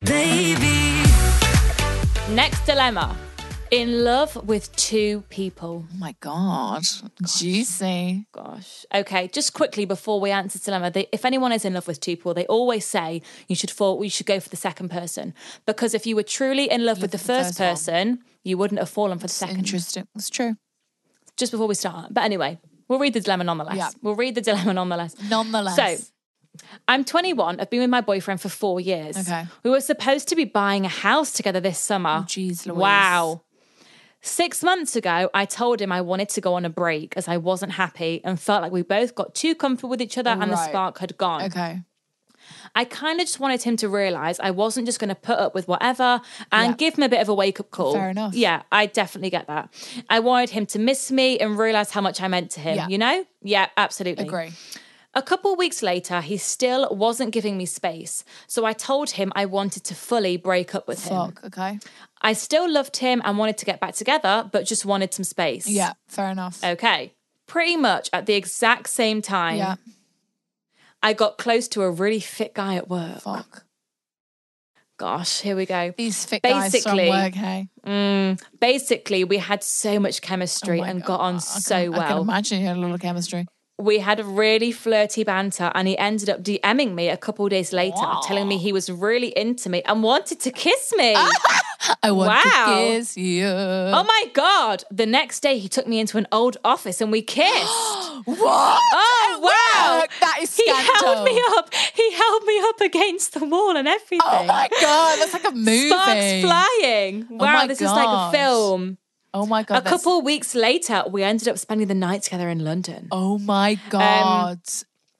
Speaker 1: Baby,
Speaker 3: Next dilemma. In love with two people.
Speaker 2: Oh my god, juicy.
Speaker 3: Gosh. Okay, just quickly before we answer this dilemma, they, if anyone is in love with two people, they always say you should fall, you should go for the second person because if you were truly in love with the first,
Speaker 2: first one.
Speaker 3: person, you wouldn't have fallen for the second.
Speaker 2: Interesting. It's true.
Speaker 3: Just before we start, but anyway, we'll read the dilemma nonetheless.
Speaker 2: Yeah.
Speaker 3: We'll read the dilemma nonetheless.
Speaker 2: Nonetheless.
Speaker 3: So, I'm 21. I've been with my boyfriend for four years.
Speaker 2: Okay. Oh,
Speaker 3: We were supposed to be buying a house together this summer.
Speaker 2: jeez, Louise.
Speaker 3: Wow. Six months ago, I told him I wanted to go on a break as I wasn't happy and felt like we both got too comfortable with each other and the
Speaker 2: Right.
Speaker 3: spark had gone.
Speaker 2: Okay.
Speaker 3: I kind of just wanted him to realize I wasn't just going to put up with whatever and give him a bit of a wake up call.
Speaker 2: Fair enough.
Speaker 3: Yeah, I definitely get that. I wanted him to miss me and realize how much I meant to him,
Speaker 2: Yeah.
Speaker 3: you know? Yeah, absolutely.
Speaker 2: Agree.
Speaker 3: A couple weeks later, he still wasn't giving me space, so I told him I wanted to fully break up with him.
Speaker 2: Fuck. Okay.
Speaker 3: I still loved him and wanted to get back together, but just wanted some space.
Speaker 2: Yeah. Fair enough.
Speaker 3: Okay. Pretty much at the exact same time,
Speaker 2: Yeah.
Speaker 3: I got close to a really fit guy at work. Oh,
Speaker 2: Fuck.
Speaker 3: Gosh, here we go.
Speaker 2: These fit guys from
Speaker 3: Basically-
Speaker 2: work. Hey.
Speaker 3: Mm, basically, we had so much chemistry
Speaker 2: Oh my
Speaker 3: and
Speaker 2: God,
Speaker 3: got on
Speaker 2: I
Speaker 3: so
Speaker 2: can,
Speaker 3: well.
Speaker 2: I can imagine you had a lot of chemistry.
Speaker 3: we had really flirty banter and he ended up DMing me a couple days later telling me he was really into me and wanted to kiss me.
Speaker 2: I want
Speaker 3: Wow.
Speaker 2: to kiss you.
Speaker 3: oh my god. The next day he took me into an old office and we kissed.
Speaker 2: What?
Speaker 3: Oh, wow.
Speaker 2: Look, That is
Speaker 3: He
Speaker 2: scandal.
Speaker 3: held me up. He held me up against the wall and everything.
Speaker 2: Oh my god, that's like a movie.
Speaker 3: Sparks flying. Wow,
Speaker 2: Oh my
Speaker 3: this is like
Speaker 2: gosh.
Speaker 3: a film.
Speaker 2: Oh my god.
Speaker 3: a
Speaker 2: that's-
Speaker 3: couple weeks later, we ended up spending the night together in London.
Speaker 2: Oh
Speaker 3: Um,
Speaker 2: my god.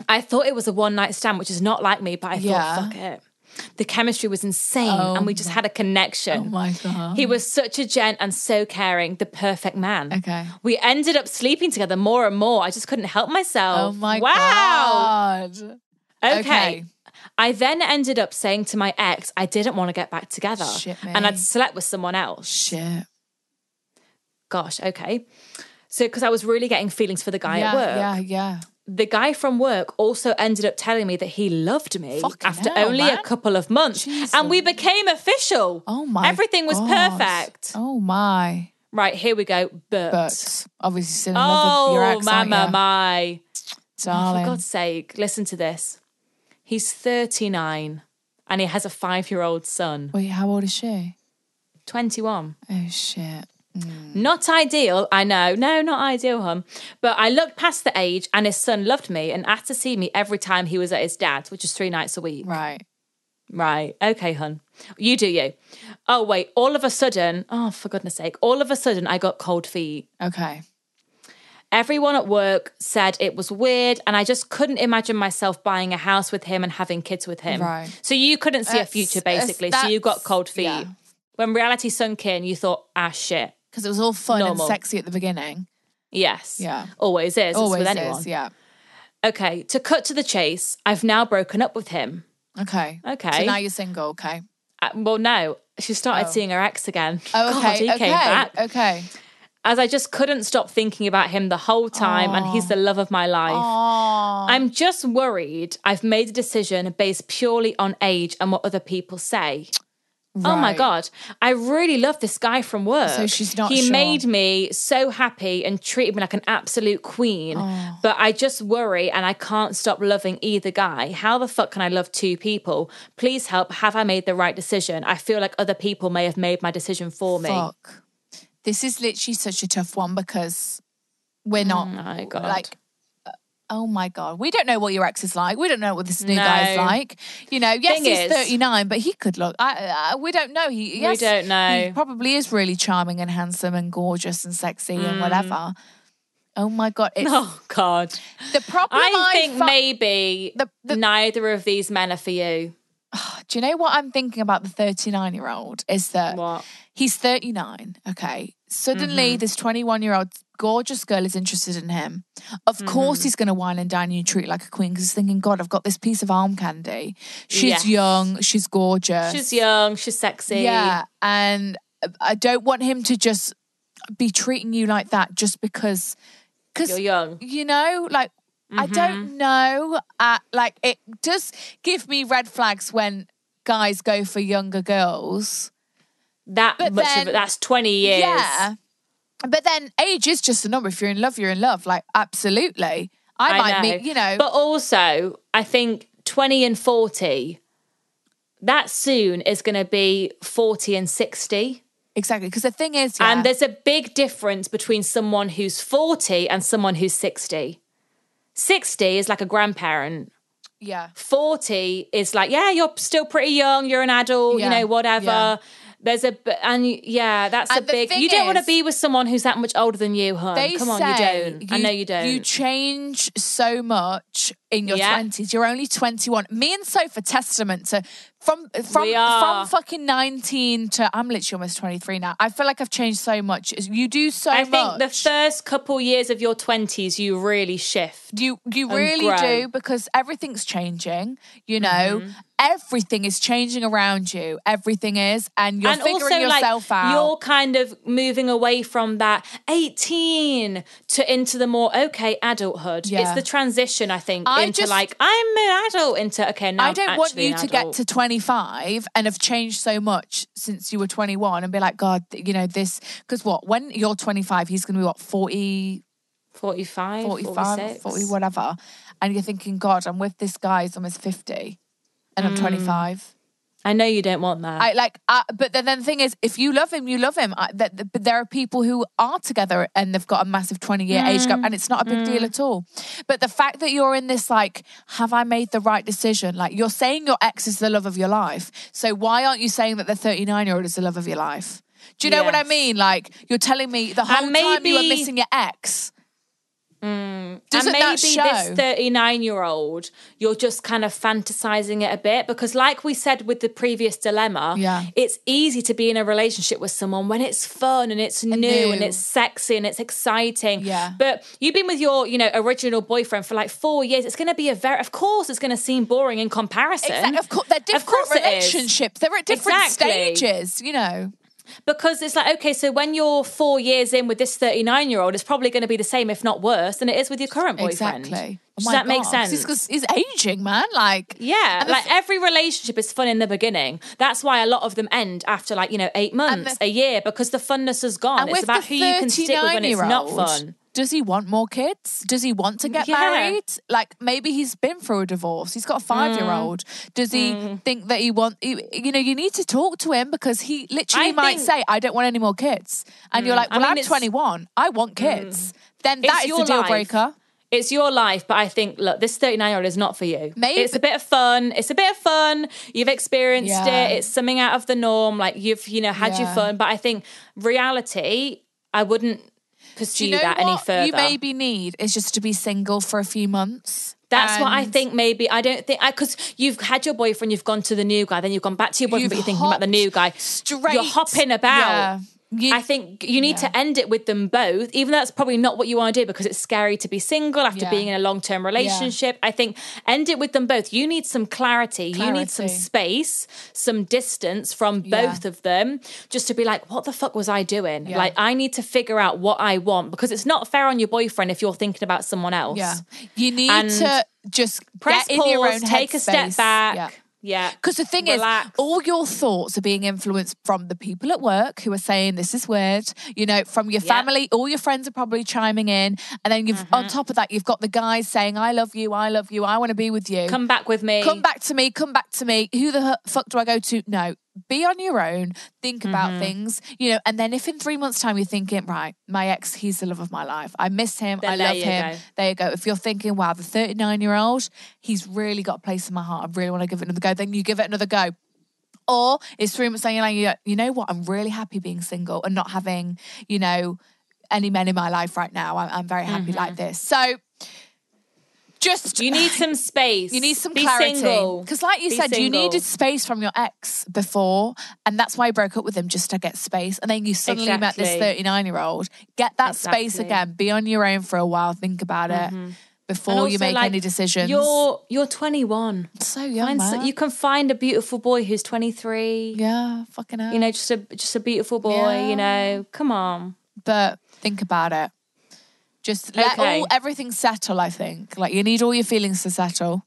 Speaker 3: I thought it was a one night stand, which is not like me, but I
Speaker 2: Yeah.
Speaker 3: thought, fuck it. The chemistry was insane,
Speaker 2: Oh
Speaker 3: and we just had a connection.
Speaker 2: oh my god.
Speaker 3: He was such a gent and so caring, the perfect man.
Speaker 2: Okay.
Speaker 3: We ended up sleeping together more and more. I just couldn't help
Speaker 2: Oh
Speaker 3: myself.
Speaker 2: my
Speaker 3: wow.
Speaker 2: god.
Speaker 3: Okay.
Speaker 2: Okay.
Speaker 3: I then ended up saying to my ex, I didn't want to get back together.
Speaker 2: Shit,
Speaker 3: and I'd
Speaker 2: mate.
Speaker 3: slept with someone else.
Speaker 2: Shit.
Speaker 3: Gosh, okay. So, because I was really getting feelings for the guy
Speaker 2: yeah,
Speaker 3: at work.
Speaker 2: yeah, yeah.
Speaker 3: the guy from work also ended up telling me that he loved me
Speaker 2: Fucking
Speaker 3: after
Speaker 2: hell,
Speaker 3: only a
Speaker 2: man.
Speaker 3: couple of months. And we became official.
Speaker 2: Oh my
Speaker 3: Everything was
Speaker 2: God.
Speaker 3: perfect.
Speaker 2: Oh my.
Speaker 3: Right, here we go. But,
Speaker 2: But obviously seen another your
Speaker 3: oh,
Speaker 2: ex, aren't
Speaker 3: mama,
Speaker 2: ya?
Speaker 3: my.
Speaker 2: darling.
Speaker 3: For God's sake, listen to this. He's 39 and he has a five year old son,
Speaker 2: Wait, how old is she?
Speaker 3: 21.
Speaker 2: Oh shit.
Speaker 3: Not ideal, I know. No, not ideal, hum. But I looked past the age and his son loved me and asked to see me every time he was at his dad's, which is three nights a week.
Speaker 2: Right.
Speaker 3: Right. Okay, hun. You do you. Oh, wait. All of a sudden, oh, for goodness sake, all of a sudden, I got cold feet.
Speaker 2: Okay.
Speaker 3: Everyone at work said it was weird, and I just couldn't imagine myself buying a house with him and having kids with him.
Speaker 2: Right.
Speaker 3: So you couldn't see
Speaker 2: That's-
Speaker 3: a future,
Speaker 2: that's-
Speaker 3: basically. So you got
Speaker 2: that's-
Speaker 3: cold feet.
Speaker 2: yeah.
Speaker 3: When reality sunk in, you thought, ah, shit.
Speaker 2: Because it was all fun
Speaker 3: Normal.
Speaker 2: and sexy at the beginning.
Speaker 3: Yes.
Speaker 2: Yeah.
Speaker 3: Always is. Always
Speaker 2: Always
Speaker 3: with anyone.
Speaker 2: is. Yeah.
Speaker 3: Okay. To cut to the chase, I've now broken up with him.
Speaker 2: Okay.
Speaker 3: Okay.
Speaker 2: So now you're single. Okay.
Speaker 3: Uh, well, no, she started
Speaker 2: Oh.
Speaker 3: seeing her ex again.
Speaker 2: Oh,
Speaker 3: God,
Speaker 2: okay.
Speaker 3: he
Speaker 2: okay.
Speaker 3: came back.
Speaker 2: Okay.
Speaker 3: as I just couldn't stop thinking about him the whole time, and he's the love of my life. I'm just worried I've made a decision based purely on age and what other people say. Oh my
Speaker 2: Right.
Speaker 3: God. I really love this guy from work.
Speaker 2: So she's not
Speaker 3: He
Speaker 2: sure.
Speaker 3: made me so happy and treated me like an absolute queen. But I just worry and I can't stop loving either guy. How the fuck can I love two people? Please help. Have I made the right decision? I feel like other people may have made my decision for me.
Speaker 2: Fuck. This is literally such a tough one because we're not
Speaker 3: Mm, my God.
Speaker 2: like. uh, Oh my god, we don't know what your ex is like. We don't know what this new guy's
Speaker 3: No.
Speaker 2: like. You know, yes,
Speaker 3: Thing
Speaker 2: he's
Speaker 3: is-
Speaker 2: thirty nine, but he could look. I, uh, we don't know. He, yes,
Speaker 3: don't know.
Speaker 2: He probably is really charming and handsome and gorgeous and sexy
Speaker 3: Mm.
Speaker 2: and whatever. Oh my god, it's
Speaker 3: Oh God!
Speaker 2: the problem.
Speaker 3: I think
Speaker 2: fi-
Speaker 3: maybe
Speaker 2: The- the-
Speaker 3: neither of these men are for you.
Speaker 2: Do you know what I'm thinking about the 39 year old? Is that
Speaker 3: What? Mm-hmm.
Speaker 2: he's 39, okay? Suddenly, this 21 year old gorgeous girl is interested in him. Of
Speaker 3: Mm-hmm.
Speaker 2: course, he's going to wine and dine you and treat you like a queen because he's thinking, God, I've got this piece of arm candy. She's
Speaker 3: Yes.
Speaker 2: young, she's gorgeous.
Speaker 3: She's young. She's sexy.
Speaker 2: Yeah. And I don't want him to just be treating you like that just because. Cause
Speaker 3: You're young.
Speaker 2: you know like i
Speaker 3: Mm-hmm.
Speaker 2: don't know uh, like it does give me red flags when guys go for younger girls
Speaker 3: That
Speaker 2: But
Speaker 3: much of
Speaker 2: then-
Speaker 3: it. That's twenty years.
Speaker 2: yeah but then age is just a number if you're in love you're in love like absolutely i,
Speaker 3: I,
Speaker 2: might
Speaker 3: know.
Speaker 2: meet you know
Speaker 3: But also, I think twenty and forty. That soon is going to be forty and sixty.
Speaker 2: exactly because the thing is yeah,
Speaker 3: And there's a big difference between someone who's 40 and someone who's 60. 60 is like a grandparent.
Speaker 2: yeah
Speaker 3: 40 is like, yeah, you're still pretty young, you're an adult, you
Speaker 2: Yeah,
Speaker 3: know, whatever.
Speaker 2: yeah.
Speaker 3: There's a, b- and you- yeah, that's
Speaker 2: And
Speaker 3: a
Speaker 2: the
Speaker 3: big,
Speaker 2: thing
Speaker 3: you don't want to
Speaker 2: is-
Speaker 3: be with someone who's that much older than you, hun.
Speaker 2: they
Speaker 3: Come on, you
Speaker 2: say
Speaker 3: don't. I know you don't.
Speaker 2: You change so much in your
Speaker 3: Yeah.
Speaker 2: twenties. You're only twenty one. Me and Sophie testament to from from
Speaker 3: We are.
Speaker 2: from fucking nineteen to I'm literally almost twenty three now. I feel like I've changed so much. You do so
Speaker 3: I think
Speaker 2: much.
Speaker 3: the first couple years of your 20s, you really shift.
Speaker 2: you you
Speaker 3: and
Speaker 2: really
Speaker 3: grow. Mm-hmm.
Speaker 2: do because everything's changing. You know, everything is changing around you. Everything is, and you're
Speaker 3: and
Speaker 2: figuring
Speaker 3: also,
Speaker 2: yourself
Speaker 3: like,
Speaker 2: out.
Speaker 3: You're kind of moving away from that 18 to into the more okay adulthood. It's
Speaker 2: Yeah.
Speaker 3: the transition, I think,
Speaker 2: I
Speaker 3: into
Speaker 2: just-
Speaker 3: like I'm an adult into okay now.
Speaker 2: I
Speaker 3: I'm
Speaker 2: don't want
Speaker 3: actually
Speaker 2: you
Speaker 3: an
Speaker 2: to get
Speaker 3: adult.
Speaker 2: to 25 and have changed so much since you were 21 and be like, God, th- you know, this. Because what? When you're 25, he's going to be what, 40,
Speaker 3: 45,
Speaker 2: 45,
Speaker 3: 46.
Speaker 2: 40, whatever.
Speaker 3: Mm.
Speaker 2: And you're thinking, God, I'm with this guy, he's almost 50 and I'm 25.
Speaker 3: I know you don't want that.
Speaker 2: I like, I, but then, then the thing is, if you love him, you love him. I, that, that- but there are people who are together and they've got a massive twenty-year age
Speaker 3: Mm.
Speaker 2: gap, and it's not a big deal at all. But the fact that you're in this, like, have I made the right decision? Like, you're saying your ex is the love of your life, so why aren't you saying that the thirty-nine-year-old is the love of your life? Do you know what I
Speaker 3: Yes.
Speaker 2: mean? Like, you're telling me the whole time you were
Speaker 3: maybe- Mm.
Speaker 2: missing your ex.
Speaker 3: and
Speaker 2: Doesn't
Speaker 3: maybe
Speaker 2: that show?
Speaker 3: this 39 year old, you're just kind of fantasizing it a bit because, like we said with the previous dilemma,
Speaker 2: Yeah.
Speaker 3: it's easy to be in a relationship with someone when it's fun and it's new, and
Speaker 2: new.
Speaker 3: it's sexy and it's exciting.
Speaker 2: Yeah.
Speaker 3: But you've been with your, you know, original boyfriend for like four years. It's going to be a very, of course, it's going to seem boring in comparison.
Speaker 2: Exactly. Of course, they're different
Speaker 3: course it is.
Speaker 2: relationships. They're at different
Speaker 3: Exactly.
Speaker 2: stages, you know.
Speaker 3: because it's like okay so when you're four years in with this 39 year old it's probably going to be the same if not worse than it is with your current boyfriend
Speaker 2: Exactly. Oh
Speaker 3: does
Speaker 2: my
Speaker 3: that
Speaker 2: God.
Speaker 3: make
Speaker 2: 'Cause
Speaker 3: sense
Speaker 2: It's because he's aging, man. Like,
Speaker 3: yeah
Speaker 2: And the
Speaker 3: like every relationship is fun in the beginning that's why a lot of them end after like you know eight months
Speaker 2: the-
Speaker 3: a year because the funness has gone
Speaker 2: and
Speaker 3: it's
Speaker 2: with
Speaker 3: about
Speaker 2: the
Speaker 3: who you can stick with when it's not
Speaker 2: 39-year-old,
Speaker 3: fun
Speaker 2: Does he want more kids? Does he want to get
Speaker 3: Yeah.
Speaker 2: married? Like maybe he's been through a divorce. He's got a five-year-old.
Speaker 3: Mm.
Speaker 2: Does he think that he want? You you know, you need to talk to him because he literally
Speaker 3: I
Speaker 2: might
Speaker 3: think- Mm.
Speaker 2: say, "I don't want any more kids," and you're like,
Speaker 3: I
Speaker 2: "Well,
Speaker 3: mean,
Speaker 2: I'm
Speaker 3: it's- Mm.
Speaker 2: 21. I want kids." Then
Speaker 3: It's
Speaker 2: that is the
Speaker 3: your
Speaker 2: deal
Speaker 3: life.
Speaker 2: breaker.
Speaker 3: it's your life, but I think look, this 39 year old is not for you.
Speaker 2: Maybe-
Speaker 3: It's a bit of fun. It's a bit of fun. You've experienced
Speaker 2: Yeah.
Speaker 3: it. It's something out of the norm. Like you've, you know, had your
Speaker 2: Yeah.
Speaker 3: fun. But I think reality, I wouldn't
Speaker 2: Do
Speaker 3: pursue
Speaker 2: you know
Speaker 3: that any
Speaker 2: what
Speaker 3: further.
Speaker 2: you maybe need is just to be single for a few months.
Speaker 3: That's what I
Speaker 2: And-
Speaker 3: think. Maybe I don't think because you've had your boyfriend, you've gone to the new guy, then you've gone back to your boyfriend,
Speaker 2: You've
Speaker 3: but you're thinking about the new guy.
Speaker 2: hopped straight.
Speaker 3: You're hopping about.
Speaker 2: Yeah. You-
Speaker 3: I think you need to end it with them both, even though that's probably not what you want to do because it's scary to be single after
Speaker 2: Yeah.
Speaker 3: being in a long term relationship. I think end it with them both. You need some clarity. You need some
Speaker 2: Clarity.
Speaker 3: space, some distance from
Speaker 2: Yeah.
Speaker 3: both of them just to be like, what the fuck was I doing? Like, I need to figure out what I want because it's not fair on your boyfriend if you're thinking about someone else.
Speaker 2: Yeah. You need
Speaker 3: And
Speaker 2: to just
Speaker 3: Press
Speaker 2: get in your own
Speaker 3: pause, take a step
Speaker 2: headspace. Yeah.
Speaker 3: back. Yeah.
Speaker 2: Because the thing
Speaker 3: Relax.
Speaker 2: is, all your thoughts are being influenced from the people at work who are saying this is weird. You know, from your
Speaker 3: Yeah.
Speaker 2: family, all your friends are probably chiming in, and then you've on
Speaker 3: Mm-hmm.
Speaker 2: top of that, you've got the guys saying, "I love you, I love you, I want to be with you."
Speaker 3: come back with me.
Speaker 2: Come back to me, come back to me. Who the hu- fuck do I go to? No, be on your own, think
Speaker 3: Mm-hmm.
Speaker 2: about things, you know. And then if in three months' time you're thinking, right, my ex, he's the love of my life. I miss him,
Speaker 3: Then
Speaker 2: I
Speaker 3: there
Speaker 2: love
Speaker 3: you
Speaker 2: him.
Speaker 3: go.
Speaker 2: There you go. If you're thinking, wow, the 39 year old, he's really got a place in my heart. I really want to give it another go. Then you give it another go. Or it's three months saying, like, you you know what? I'm really happy being single and not having, you know, any men in my life right now. I'm, I'm very happy like this. So just
Speaker 3: Mm-hmm. You need some space.
Speaker 2: you need some
Speaker 3: Be
Speaker 2: clarity.
Speaker 3: single.
Speaker 2: Because, like you
Speaker 3: Be
Speaker 2: said, you
Speaker 3: single.
Speaker 2: needed space from your ex before, and that's why you broke up with him just to get space. And then you suddenly met this
Speaker 3: Exactly.
Speaker 2: 39 year old. Get that space
Speaker 3: Exactly. Mm-hmm.
Speaker 2: again. Be on your own for a while. Think about it before
Speaker 3: And
Speaker 2: you
Speaker 3: also,
Speaker 2: make
Speaker 3: like,
Speaker 2: any decisions.
Speaker 3: You're you're 21.
Speaker 2: so young.
Speaker 3: Find so-
Speaker 2: man.
Speaker 3: you can find a beautiful boy who's 23.
Speaker 2: yeah, fucking hell.
Speaker 3: You know, just a just a beautiful boy.
Speaker 2: Yeah.
Speaker 3: You know, come on.
Speaker 2: but think about it. Just let
Speaker 3: Okay.
Speaker 2: all everything settle, I think. Like you need all your feelings to settle.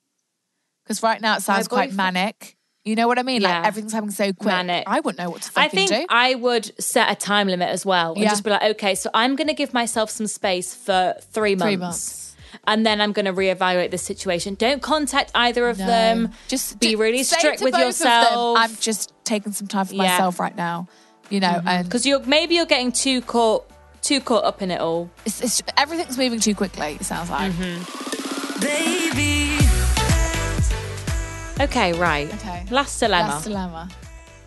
Speaker 2: Because right now it sounds quite
Speaker 3: boyfriend-
Speaker 2: manic. You know what I mean?
Speaker 3: Yeah.
Speaker 2: Like everything's happening so quick.
Speaker 3: Manic.
Speaker 2: I wouldn't know what to fucking
Speaker 3: I think
Speaker 2: do.
Speaker 3: I would set a time limit as well and
Speaker 2: Yeah.
Speaker 3: just be like, okay, so I'm going to give myself some space for three months.
Speaker 2: Three months.
Speaker 3: And then I'm going to reevaluate the situation. Don't contact either of them.
Speaker 2: Just
Speaker 3: be
Speaker 2: d-
Speaker 3: really
Speaker 2: say
Speaker 3: strict
Speaker 2: to
Speaker 3: with
Speaker 2: both of them,
Speaker 3: yourself.
Speaker 2: I'm just taking some time for
Speaker 3: Yeah. Mm-hmm.
Speaker 2: myself right now. You know, and
Speaker 3: because you're maybe you're getting too caught too caught up in it all.
Speaker 2: it's, it's, everything's moving too quickly. It sounds like.
Speaker 3: Mm-hmm.
Speaker 1: Baby.
Speaker 3: Okay, right.
Speaker 2: Okay.
Speaker 3: Last dilemma.
Speaker 2: Last dilemma.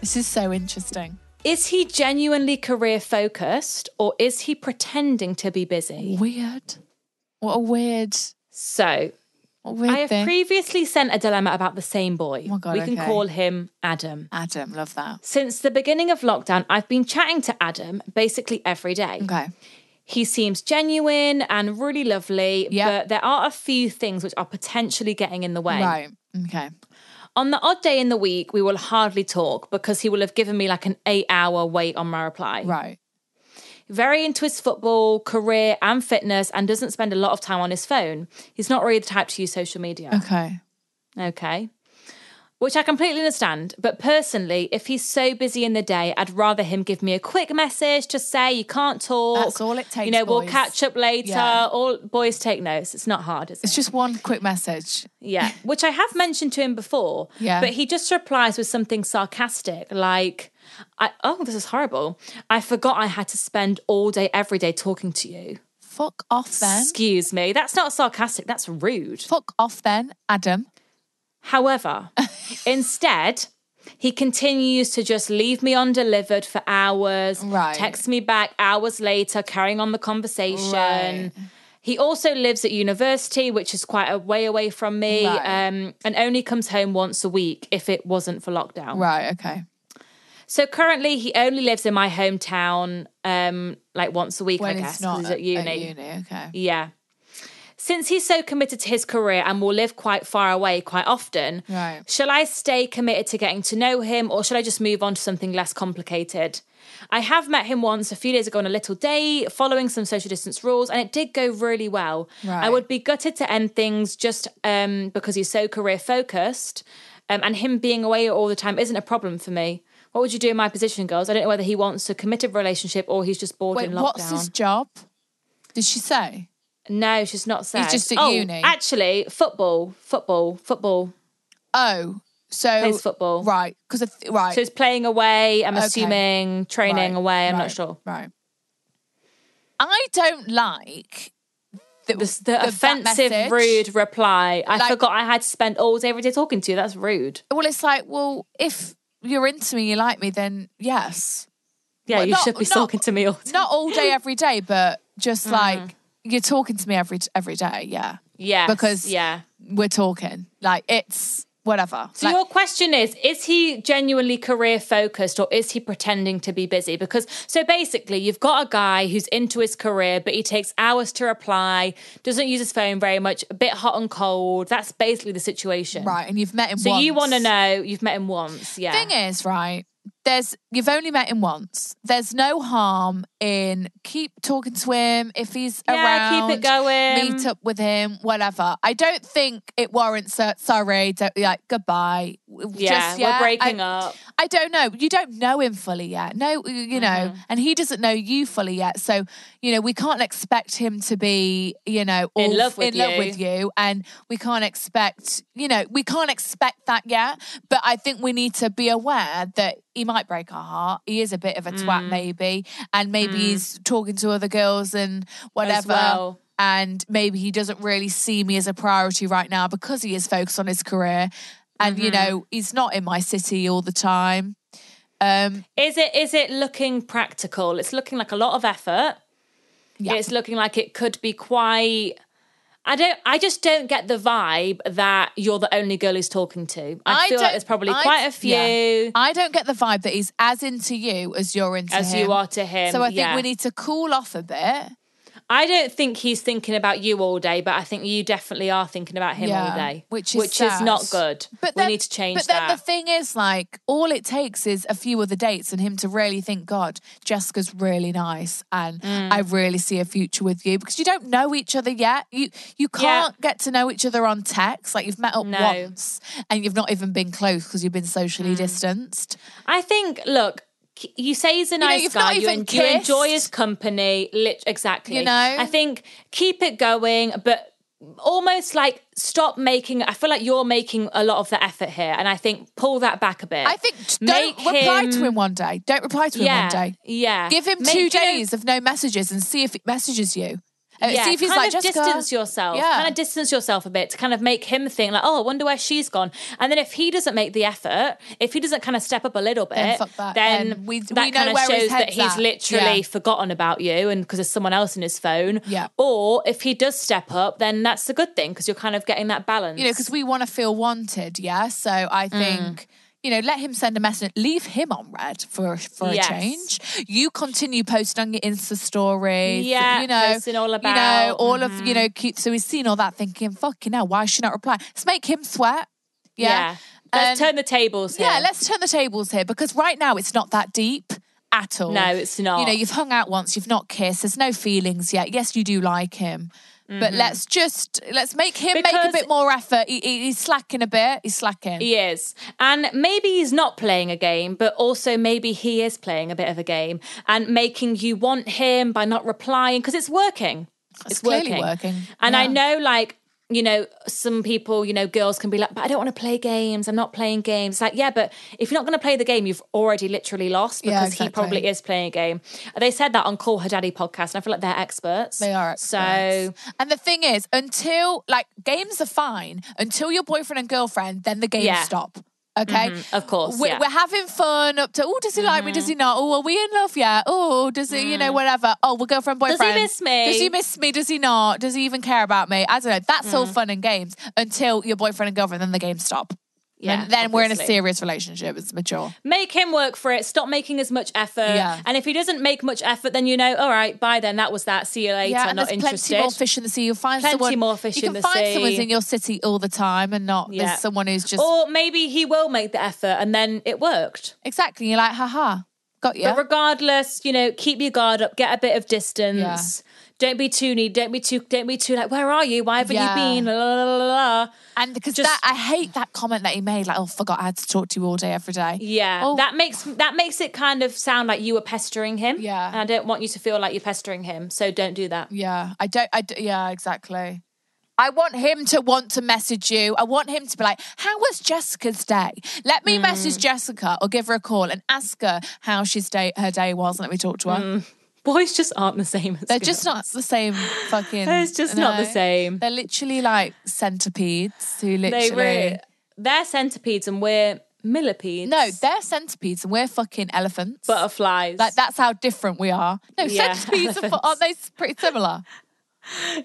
Speaker 2: This is so interesting.
Speaker 3: is he genuinely career focused or is he pretending to be busy?
Speaker 2: Weird. What a weird,
Speaker 3: So,
Speaker 2: what a weird
Speaker 3: I have
Speaker 2: thing.
Speaker 3: previously sent a dilemma about the same boy.
Speaker 2: Oh my God,
Speaker 3: we can
Speaker 2: okay.
Speaker 3: call him Adam.
Speaker 2: Adam, love that.
Speaker 3: Since the beginning of lockdown, I've been chatting to Adam basically every day.
Speaker 2: Okay.
Speaker 3: He seems genuine and really lovely,
Speaker 2: Yeah.
Speaker 3: but there are a few things which are potentially getting in the way.
Speaker 2: Right. Okay.
Speaker 3: On the odd day in the week, we will hardly talk because he will have given me like an eight hour wait on my reply.
Speaker 2: Right.
Speaker 3: very into his football career and fitness and doesn't spend a lot of time on his phone. He's not really the type to use social media.
Speaker 2: Okay.
Speaker 3: Okay. which I completely understand. But personally, if he's so busy in the day, I'd rather him give me a quick message, just say you can't talk.
Speaker 2: That's all it takes,
Speaker 3: You know, we'll
Speaker 2: boys.
Speaker 3: catch up later.
Speaker 2: Yeah.
Speaker 3: All boys take notes. It's not hard, is it?
Speaker 2: It's just one quick message.
Speaker 3: Yeah, which I have mentioned to him before.
Speaker 2: Yeah.
Speaker 3: But he just replies with something sarcastic, like, I, oh, this is horrible. I forgot I had to spend all day, every day talking to you.
Speaker 2: Fuck off then.
Speaker 3: Excuse me. That's not sarcastic, that's rude.
Speaker 2: Fuck off then, Adam.
Speaker 3: However, instead, he continues to just leave me undelivered for hours,
Speaker 2: Right.
Speaker 3: text me back hours later, carrying on the conversation.
Speaker 2: Right.
Speaker 3: He also lives at university, which is quite a way away from me,
Speaker 2: Right.
Speaker 3: um, and only comes home once a week if it wasn't for lockdown.
Speaker 2: Right, okay.
Speaker 3: So currently, he only lives in my hometown, um, like once a week,
Speaker 2: When
Speaker 3: I
Speaker 2: it's
Speaker 3: guess, 'cause
Speaker 2: not
Speaker 3: he's at uni.
Speaker 2: okay.
Speaker 3: Yeah. Since he's so committed to his career and will live quite far away quite often,
Speaker 2: Right.
Speaker 3: shall I stay committed to getting to know him or should I just move on to something less complicated? I have met him once a few days ago on a little date, following some social distance rules, and it did go really well.
Speaker 2: Right.
Speaker 3: I would be gutted to end things just um, because he's so career focused, um, and him being away all the time isn't a problem for me. What would you do in my position, girls? I don't know whether he wants a committed relationship or he's just bored
Speaker 2: Wait,
Speaker 3: in lockdown.
Speaker 2: what's his job? Did she say?
Speaker 3: No, she's not said.
Speaker 2: just at
Speaker 3: oh,
Speaker 2: uni.
Speaker 3: Actually, football, football, football.
Speaker 2: Oh, so
Speaker 3: Plays football.
Speaker 2: right? Because right,
Speaker 3: So he's playing away. I'm
Speaker 2: Okay.
Speaker 3: assuming training
Speaker 2: right,
Speaker 3: away. I'm
Speaker 2: right,
Speaker 3: not sure.
Speaker 2: Right. I don't like the,
Speaker 3: The, the,
Speaker 2: that
Speaker 3: offensive,
Speaker 2: message.
Speaker 3: rude reply. I
Speaker 2: Like-
Speaker 3: forgot I had to spend all day every day talking to you. That's rude.
Speaker 2: Well, it's like, well, if you're into me, you like me, then yes,
Speaker 3: Yeah,
Speaker 2: Well,
Speaker 3: you
Speaker 2: not-
Speaker 3: should be
Speaker 2: not-
Speaker 3: talking to me all day.
Speaker 2: not all day, every day, but just like you're talking to me every every day. Yeah,
Speaker 3: Mm. yeah,
Speaker 2: because
Speaker 3: yeah.
Speaker 2: we're talking. Like it's whatever.
Speaker 3: So
Speaker 2: Like,
Speaker 3: your question is: Is he genuinely career focused, or is he pretending to be busy? Because so basically, you've got a guy who's into his career, but he takes hours to reply, doesn't use his phone very much, a bit hot and cold. That's basically the situation,
Speaker 2: right, and you've met him.
Speaker 3: So you
Speaker 2: once.
Speaker 3: want to know? You've met him once, yeah?
Speaker 2: Thing is, right? There's you've only met him once. There's no harm in keep talking to him if he's
Speaker 3: Yeah,
Speaker 2: around.
Speaker 3: keep it going.
Speaker 2: Meet up with him, whatever. I don't think it warrants. A, sorry, don't, like goodbye.
Speaker 3: Yeah,
Speaker 2: Just,
Speaker 3: we're breaking
Speaker 2: I,
Speaker 3: up.
Speaker 2: I don't know. You don't know him fully yet. No, you know,
Speaker 3: Mm-hmm.
Speaker 2: and he doesn't know you fully yet. So you know, we can't expect him to be, you know,
Speaker 3: In
Speaker 2: all
Speaker 3: love
Speaker 2: f-
Speaker 3: with
Speaker 2: in love
Speaker 3: you.
Speaker 2: with you, and we can't expect, you know, we can't expect that yet. But I think we need to be aware that he might break our heart. He is a bit of a twat, maybe, and maybe he's talking to other girls and whatever.
Speaker 3: well.
Speaker 2: And maybe he doesn't really see me as a priority right now because he is focused on his career. And you know, he's not in my city all the time. Um,
Speaker 3: Is it is it looking practical? It's looking like a lot of effort.
Speaker 2: Yeah.
Speaker 3: It's looking like it could be quite I don't I just don't get the vibe that you're the only girl he's talking to. I, feel
Speaker 2: don't-
Speaker 3: like there's probably
Speaker 2: I-
Speaker 3: quite a few
Speaker 2: yeah. I don't get the vibe that he's as into you as you're into
Speaker 3: as
Speaker 2: him.
Speaker 3: you are to him.
Speaker 2: So I think
Speaker 3: yeah.
Speaker 2: we need to cool off a bit.
Speaker 3: I don't think he's thinking about you all day, but I think you definitely are thinking about him all day.
Speaker 2: which is sad.
Speaker 3: not good.
Speaker 2: But
Speaker 3: we
Speaker 2: then,
Speaker 3: need to change
Speaker 2: But then
Speaker 3: that.
Speaker 2: the thing is, like, all it takes is a few other dates and him to really think, God, Jessica's really nice, and I
Speaker 3: Mm.
Speaker 2: really see a future with you because you don't know each other yet. You you can't get to know each other on text. Like you've met up
Speaker 3: No. Mm.
Speaker 2: once and you've not even been close because you've been socially distanced.
Speaker 3: I think, look, k- you say he's a
Speaker 2: know,
Speaker 3: nice
Speaker 2: you've
Speaker 3: guy.
Speaker 2: not
Speaker 3: You,
Speaker 2: even
Speaker 3: en- you enjoy
Speaker 2: kissed.
Speaker 3: his company. Lit- exactly.
Speaker 2: You know?
Speaker 3: I think keep it going, but almost like stop making. I feel like you're making a lot of the effort here, and I think pull that back a bit.
Speaker 2: I think just don't
Speaker 3: Make
Speaker 2: reply to him one day. Don't reply to him
Speaker 3: Yeah,
Speaker 2: one day.
Speaker 3: yeah.
Speaker 2: Give him
Speaker 3: Make-
Speaker 2: two
Speaker 3: you know-
Speaker 2: days of no messages and see if it messages you. Uh,
Speaker 3: Yeah,
Speaker 2: see if he's
Speaker 3: kind
Speaker 2: like
Speaker 3: of
Speaker 2: Jessica.
Speaker 3: distance yourself.
Speaker 2: Yeah.
Speaker 3: Kind of distance yourself a bit to kind of make him think like, oh, I wonder where she's gone. And then if he doesn't make the effort, if he doesn't kind of step up a little bit,
Speaker 2: Then fuck that.
Speaker 3: then
Speaker 2: Then we-
Speaker 3: that
Speaker 2: we know
Speaker 3: kind of
Speaker 2: where his
Speaker 3: shows that
Speaker 2: head's
Speaker 3: he's
Speaker 2: at.
Speaker 3: literally
Speaker 2: Yeah.
Speaker 3: forgotten about you, and because there's someone else in his phone.
Speaker 2: Yeah.
Speaker 3: Or if he does step up, then that's a good thing because you're kind of getting that balance.
Speaker 2: you know, because we want to feel wanted, yeah. So I
Speaker 3: Mm.
Speaker 2: think you know, let him send a message. Leave him on red for for
Speaker 3: Yes.
Speaker 2: a change. You continue posting on your Insta story,
Speaker 3: Yeah,
Speaker 2: you know,
Speaker 3: posting all
Speaker 2: you know,
Speaker 3: about, mm-hmm.
Speaker 2: all of you know, keep. So he's seen all that, thinking, "Fucking hell, why should not reply?" Let's make him sweat. Yeah,
Speaker 3: Let's
Speaker 2: Um,
Speaker 3: turn the tables. Here.
Speaker 2: Yeah, let's turn the tables here because right now it's not that deep at all.
Speaker 3: No, it's not.
Speaker 2: You know, you've hung out once, you've not kissed, there's no feelings yet. Yes, you do like him. But let's just let's make him make a
Speaker 3: Mm-hmm. Because-
Speaker 2: bit more effort. He, he- he's slacking a bit. He's slacking.
Speaker 3: He is. And maybe he's not playing a game, but also maybe he is playing a bit of a game and making you want him by not replying because it's working. It's,
Speaker 2: clearly working,
Speaker 3: And I
Speaker 2: yeah.
Speaker 3: know, like, you know, some people, you know, girls can be like, but I don't want to play games. I'm not playing games. It's like, yeah, but if you're not going to play the game, you've already literally lost
Speaker 2: Yeah,
Speaker 3: because
Speaker 2: exactly.
Speaker 3: he probably is playing a game. They said that on Call Her Daddy podcast, and I feel like they're experts.
Speaker 2: They are experts.
Speaker 3: So
Speaker 2: and the thing is, until like games are fine until your boyfriend and girlfriend, then the games
Speaker 3: Yeah.
Speaker 2: stop. Okay,
Speaker 3: Mhm, of course,
Speaker 2: we're,
Speaker 3: yeah. Mm-hmm.
Speaker 2: we're having fun up to. Oh, does he like me? Does he not? Oh, are we in love yet? Oh, does he? You know, whatever. Oh, we're girlfriend
Speaker 3: Mm. he
Speaker 2: boyfriend.
Speaker 3: miss me?
Speaker 2: Does he miss me? Does he not? Does he even care about me? I don't know. That's all
Speaker 3: Mm.
Speaker 2: fun and games until your boyfriend and girlfriend, then the games stop.
Speaker 3: Yeah,
Speaker 2: and then we're in a
Speaker 3: obviously.
Speaker 2: serious relationship. It's mature.
Speaker 3: make him work for it. Stop making as much effort.
Speaker 2: Yeah.
Speaker 3: And if he doesn't make much effort, then you know, all right, bye then. That was that. See you later.
Speaker 2: Yeah, and
Speaker 3: not
Speaker 2: there's
Speaker 3: interested.
Speaker 2: plenty more fish in the sea. You'll find
Speaker 3: Plenty
Speaker 2: someone.
Speaker 3: more fish
Speaker 2: you can
Speaker 3: in the
Speaker 2: find someone's
Speaker 3: sea.
Speaker 2: in your city all the time, and not
Speaker 3: Yeah.
Speaker 2: there's someone who's just
Speaker 3: Or maybe he will make the effort and then it worked.
Speaker 2: exactly. You're like, haha, got you.
Speaker 3: But regardless, you know, keep your guard up, get a bit of distance. Don't be too needy. Don't be too. Don't be too like. Where are you? Why haven't
Speaker 2: Yeah.
Speaker 3: you been? La, la, la, la, la.
Speaker 2: and because
Speaker 3: just-
Speaker 2: that, I hate that comment that he made. Like, oh, forgot I had to talk to you all day, every day.
Speaker 3: Yeah,
Speaker 2: Oh,
Speaker 3: that makes that makes it kind of sound like you were pestering him.
Speaker 2: Yeah.
Speaker 3: and I don't want you to feel like you're pestering him. So don't do that.
Speaker 2: Yeah, I don't. I d- yeah, exactly. I want him to want to message you. I want him to be like, "How was Jessica's day?" Let me
Speaker 3: Mm.
Speaker 2: message Jessica or give her a call and ask her how she's day her day was, and let me talk to her.
Speaker 3: Boys just aren't the same. As
Speaker 2: They're just not the same. Fucking,
Speaker 3: It's just not the same.
Speaker 2: They're literally like centipedes who literally.
Speaker 3: They really, they're centipedes and we're millipedes.
Speaker 2: no, they're centipedes, and we're fucking elephants.
Speaker 3: butterflies.
Speaker 2: like that's how different we are. No,
Speaker 3: um, Yeah,
Speaker 2: centipedes are, fu-
Speaker 3: elephants.
Speaker 2: aren't they s- pretty similar?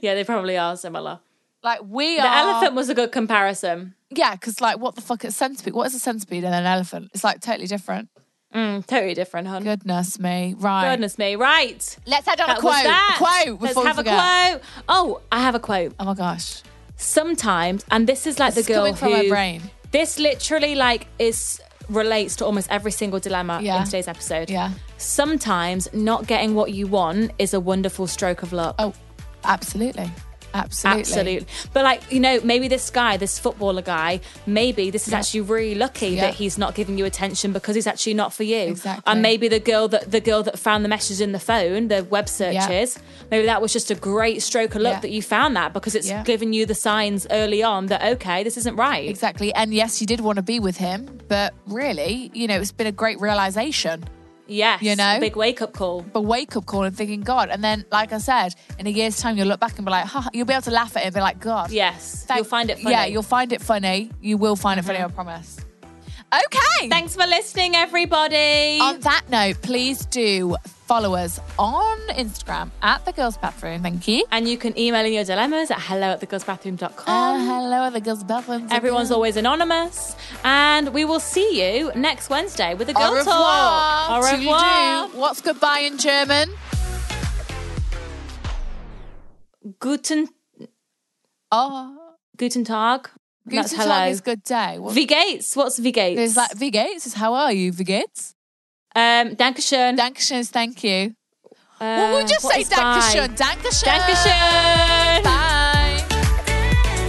Speaker 3: Yeah, they probably are similar.
Speaker 2: Like we
Speaker 3: The
Speaker 2: are.
Speaker 3: elephant was a good comparison.
Speaker 2: Yeah, because like, what the fuck is centipede? What is a centipede and an elephant? It's like totally different.
Speaker 3: Mm, totally different, hon.
Speaker 2: Goodness me, right?
Speaker 3: Goodness me. Right.
Speaker 2: Let's head on
Speaker 3: That
Speaker 2: a
Speaker 3: was
Speaker 2: quote. A
Speaker 3: that.
Speaker 2: quote.
Speaker 3: Let's
Speaker 2: before we
Speaker 3: have a
Speaker 2: forget.
Speaker 3: quote. Oh, I have a quote.
Speaker 2: Oh my gosh,
Speaker 3: Sometimes, and this is like
Speaker 2: This
Speaker 3: the
Speaker 2: is
Speaker 3: girl
Speaker 2: coming from
Speaker 3: who
Speaker 2: her brain.
Speaker 3: this literally like is relates to almost every single dilemma
Speaker 2: Yeah.
Speaker 3: in today's episode.
Speaker 2: Yeah.
Speaker 3: Sometimes not getting what you want is a wonderful stroke of luck.
Speaker 2: Oh, absolutely, absolutely,
Speaker 3: Absolutely. But like, you know, maybe this guy, this footballer guy, maybe this is actually really lucky
Speaker 2: Yeah.
Speaker 3: that he's not giving you attention because he's actually not for you.
Speaker 2: Exactly.
Speaker 3: And maybe the girl that the girl that found the message in the phone, the web
Speaker 2: Yeah.
Speaker 3: searches, maybe that was just a great stroke of luck
Speaker 2: Yeah.
Speaker 3: that you found that because it's
Speaker 2: Yeah.
Speaker 3: giving you the signs early on that okay, this isn't right.
Speaker 2: Exactly. And yes, you did want to be with him, but really, you know, it's been a great realization,
Speaker 3: Yes.
Speaker 2: You know?
Speaker 3: A big wake up call.
Speaker 2: a wake up call, and thinking, God. And then, like I said, in a year's time, you'll look back and be like, ha, you'll be able to laugh at it and be like, God.
Speaker 3: Yes.
Speaker 2: thank-
Speaker 3: You'll find it funny. Mm-hmm.
Speaker 2: Yeah, you'll find it funny. You will find it funny, I promise. Okay.
Speaker 3: Thanks for listening, everybody.
Speaker 2: On that note, please do follow us on Instagram at the girls' bathroom. Thank you.
Speaker 3: and you can email in your dilemmas at hello at
Speaker 2: Uh, hello, at the girls' bathroom.
Speaker 3: um, Everyone's always anonymous. And we will see you next Wednesday with a
Speaker 2: Au
Speaker 3: girl
Speaker 2: revoir.
Speaker 3: talk. Au
Speaker 2: Toodaloo.
Speaker 3: revoir.
Speaker 2: What's goodbye in German?
Speaker 3: Guten
Speaker 2: Oh,
Speaker 3: Guten Tag. That's
Speaker 2: Guten
Speaker 3: hello.
Speaker 2: Tag is good day. What-
Speaker 3: Wie geht's? What's wie geht's?
Speaker 2: It's like V Gates is how are you, V Gates?
Speaker 3: um, Dankeschön.
Speaker 2: Dankeschön is thank you.
Speaker 3: Uh,
Speaker 2: well, we'll just
Speaker 3: what
Speaker 2: say
Speaker 3: is bye?
Speaker 2: Dankeschön. Dankeschön.
Speaker 3: Dankeschön.
Speaker 2: Bye.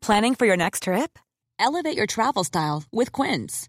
Speaker 4: Planning for your next trip? Elevate your travel style with Quince.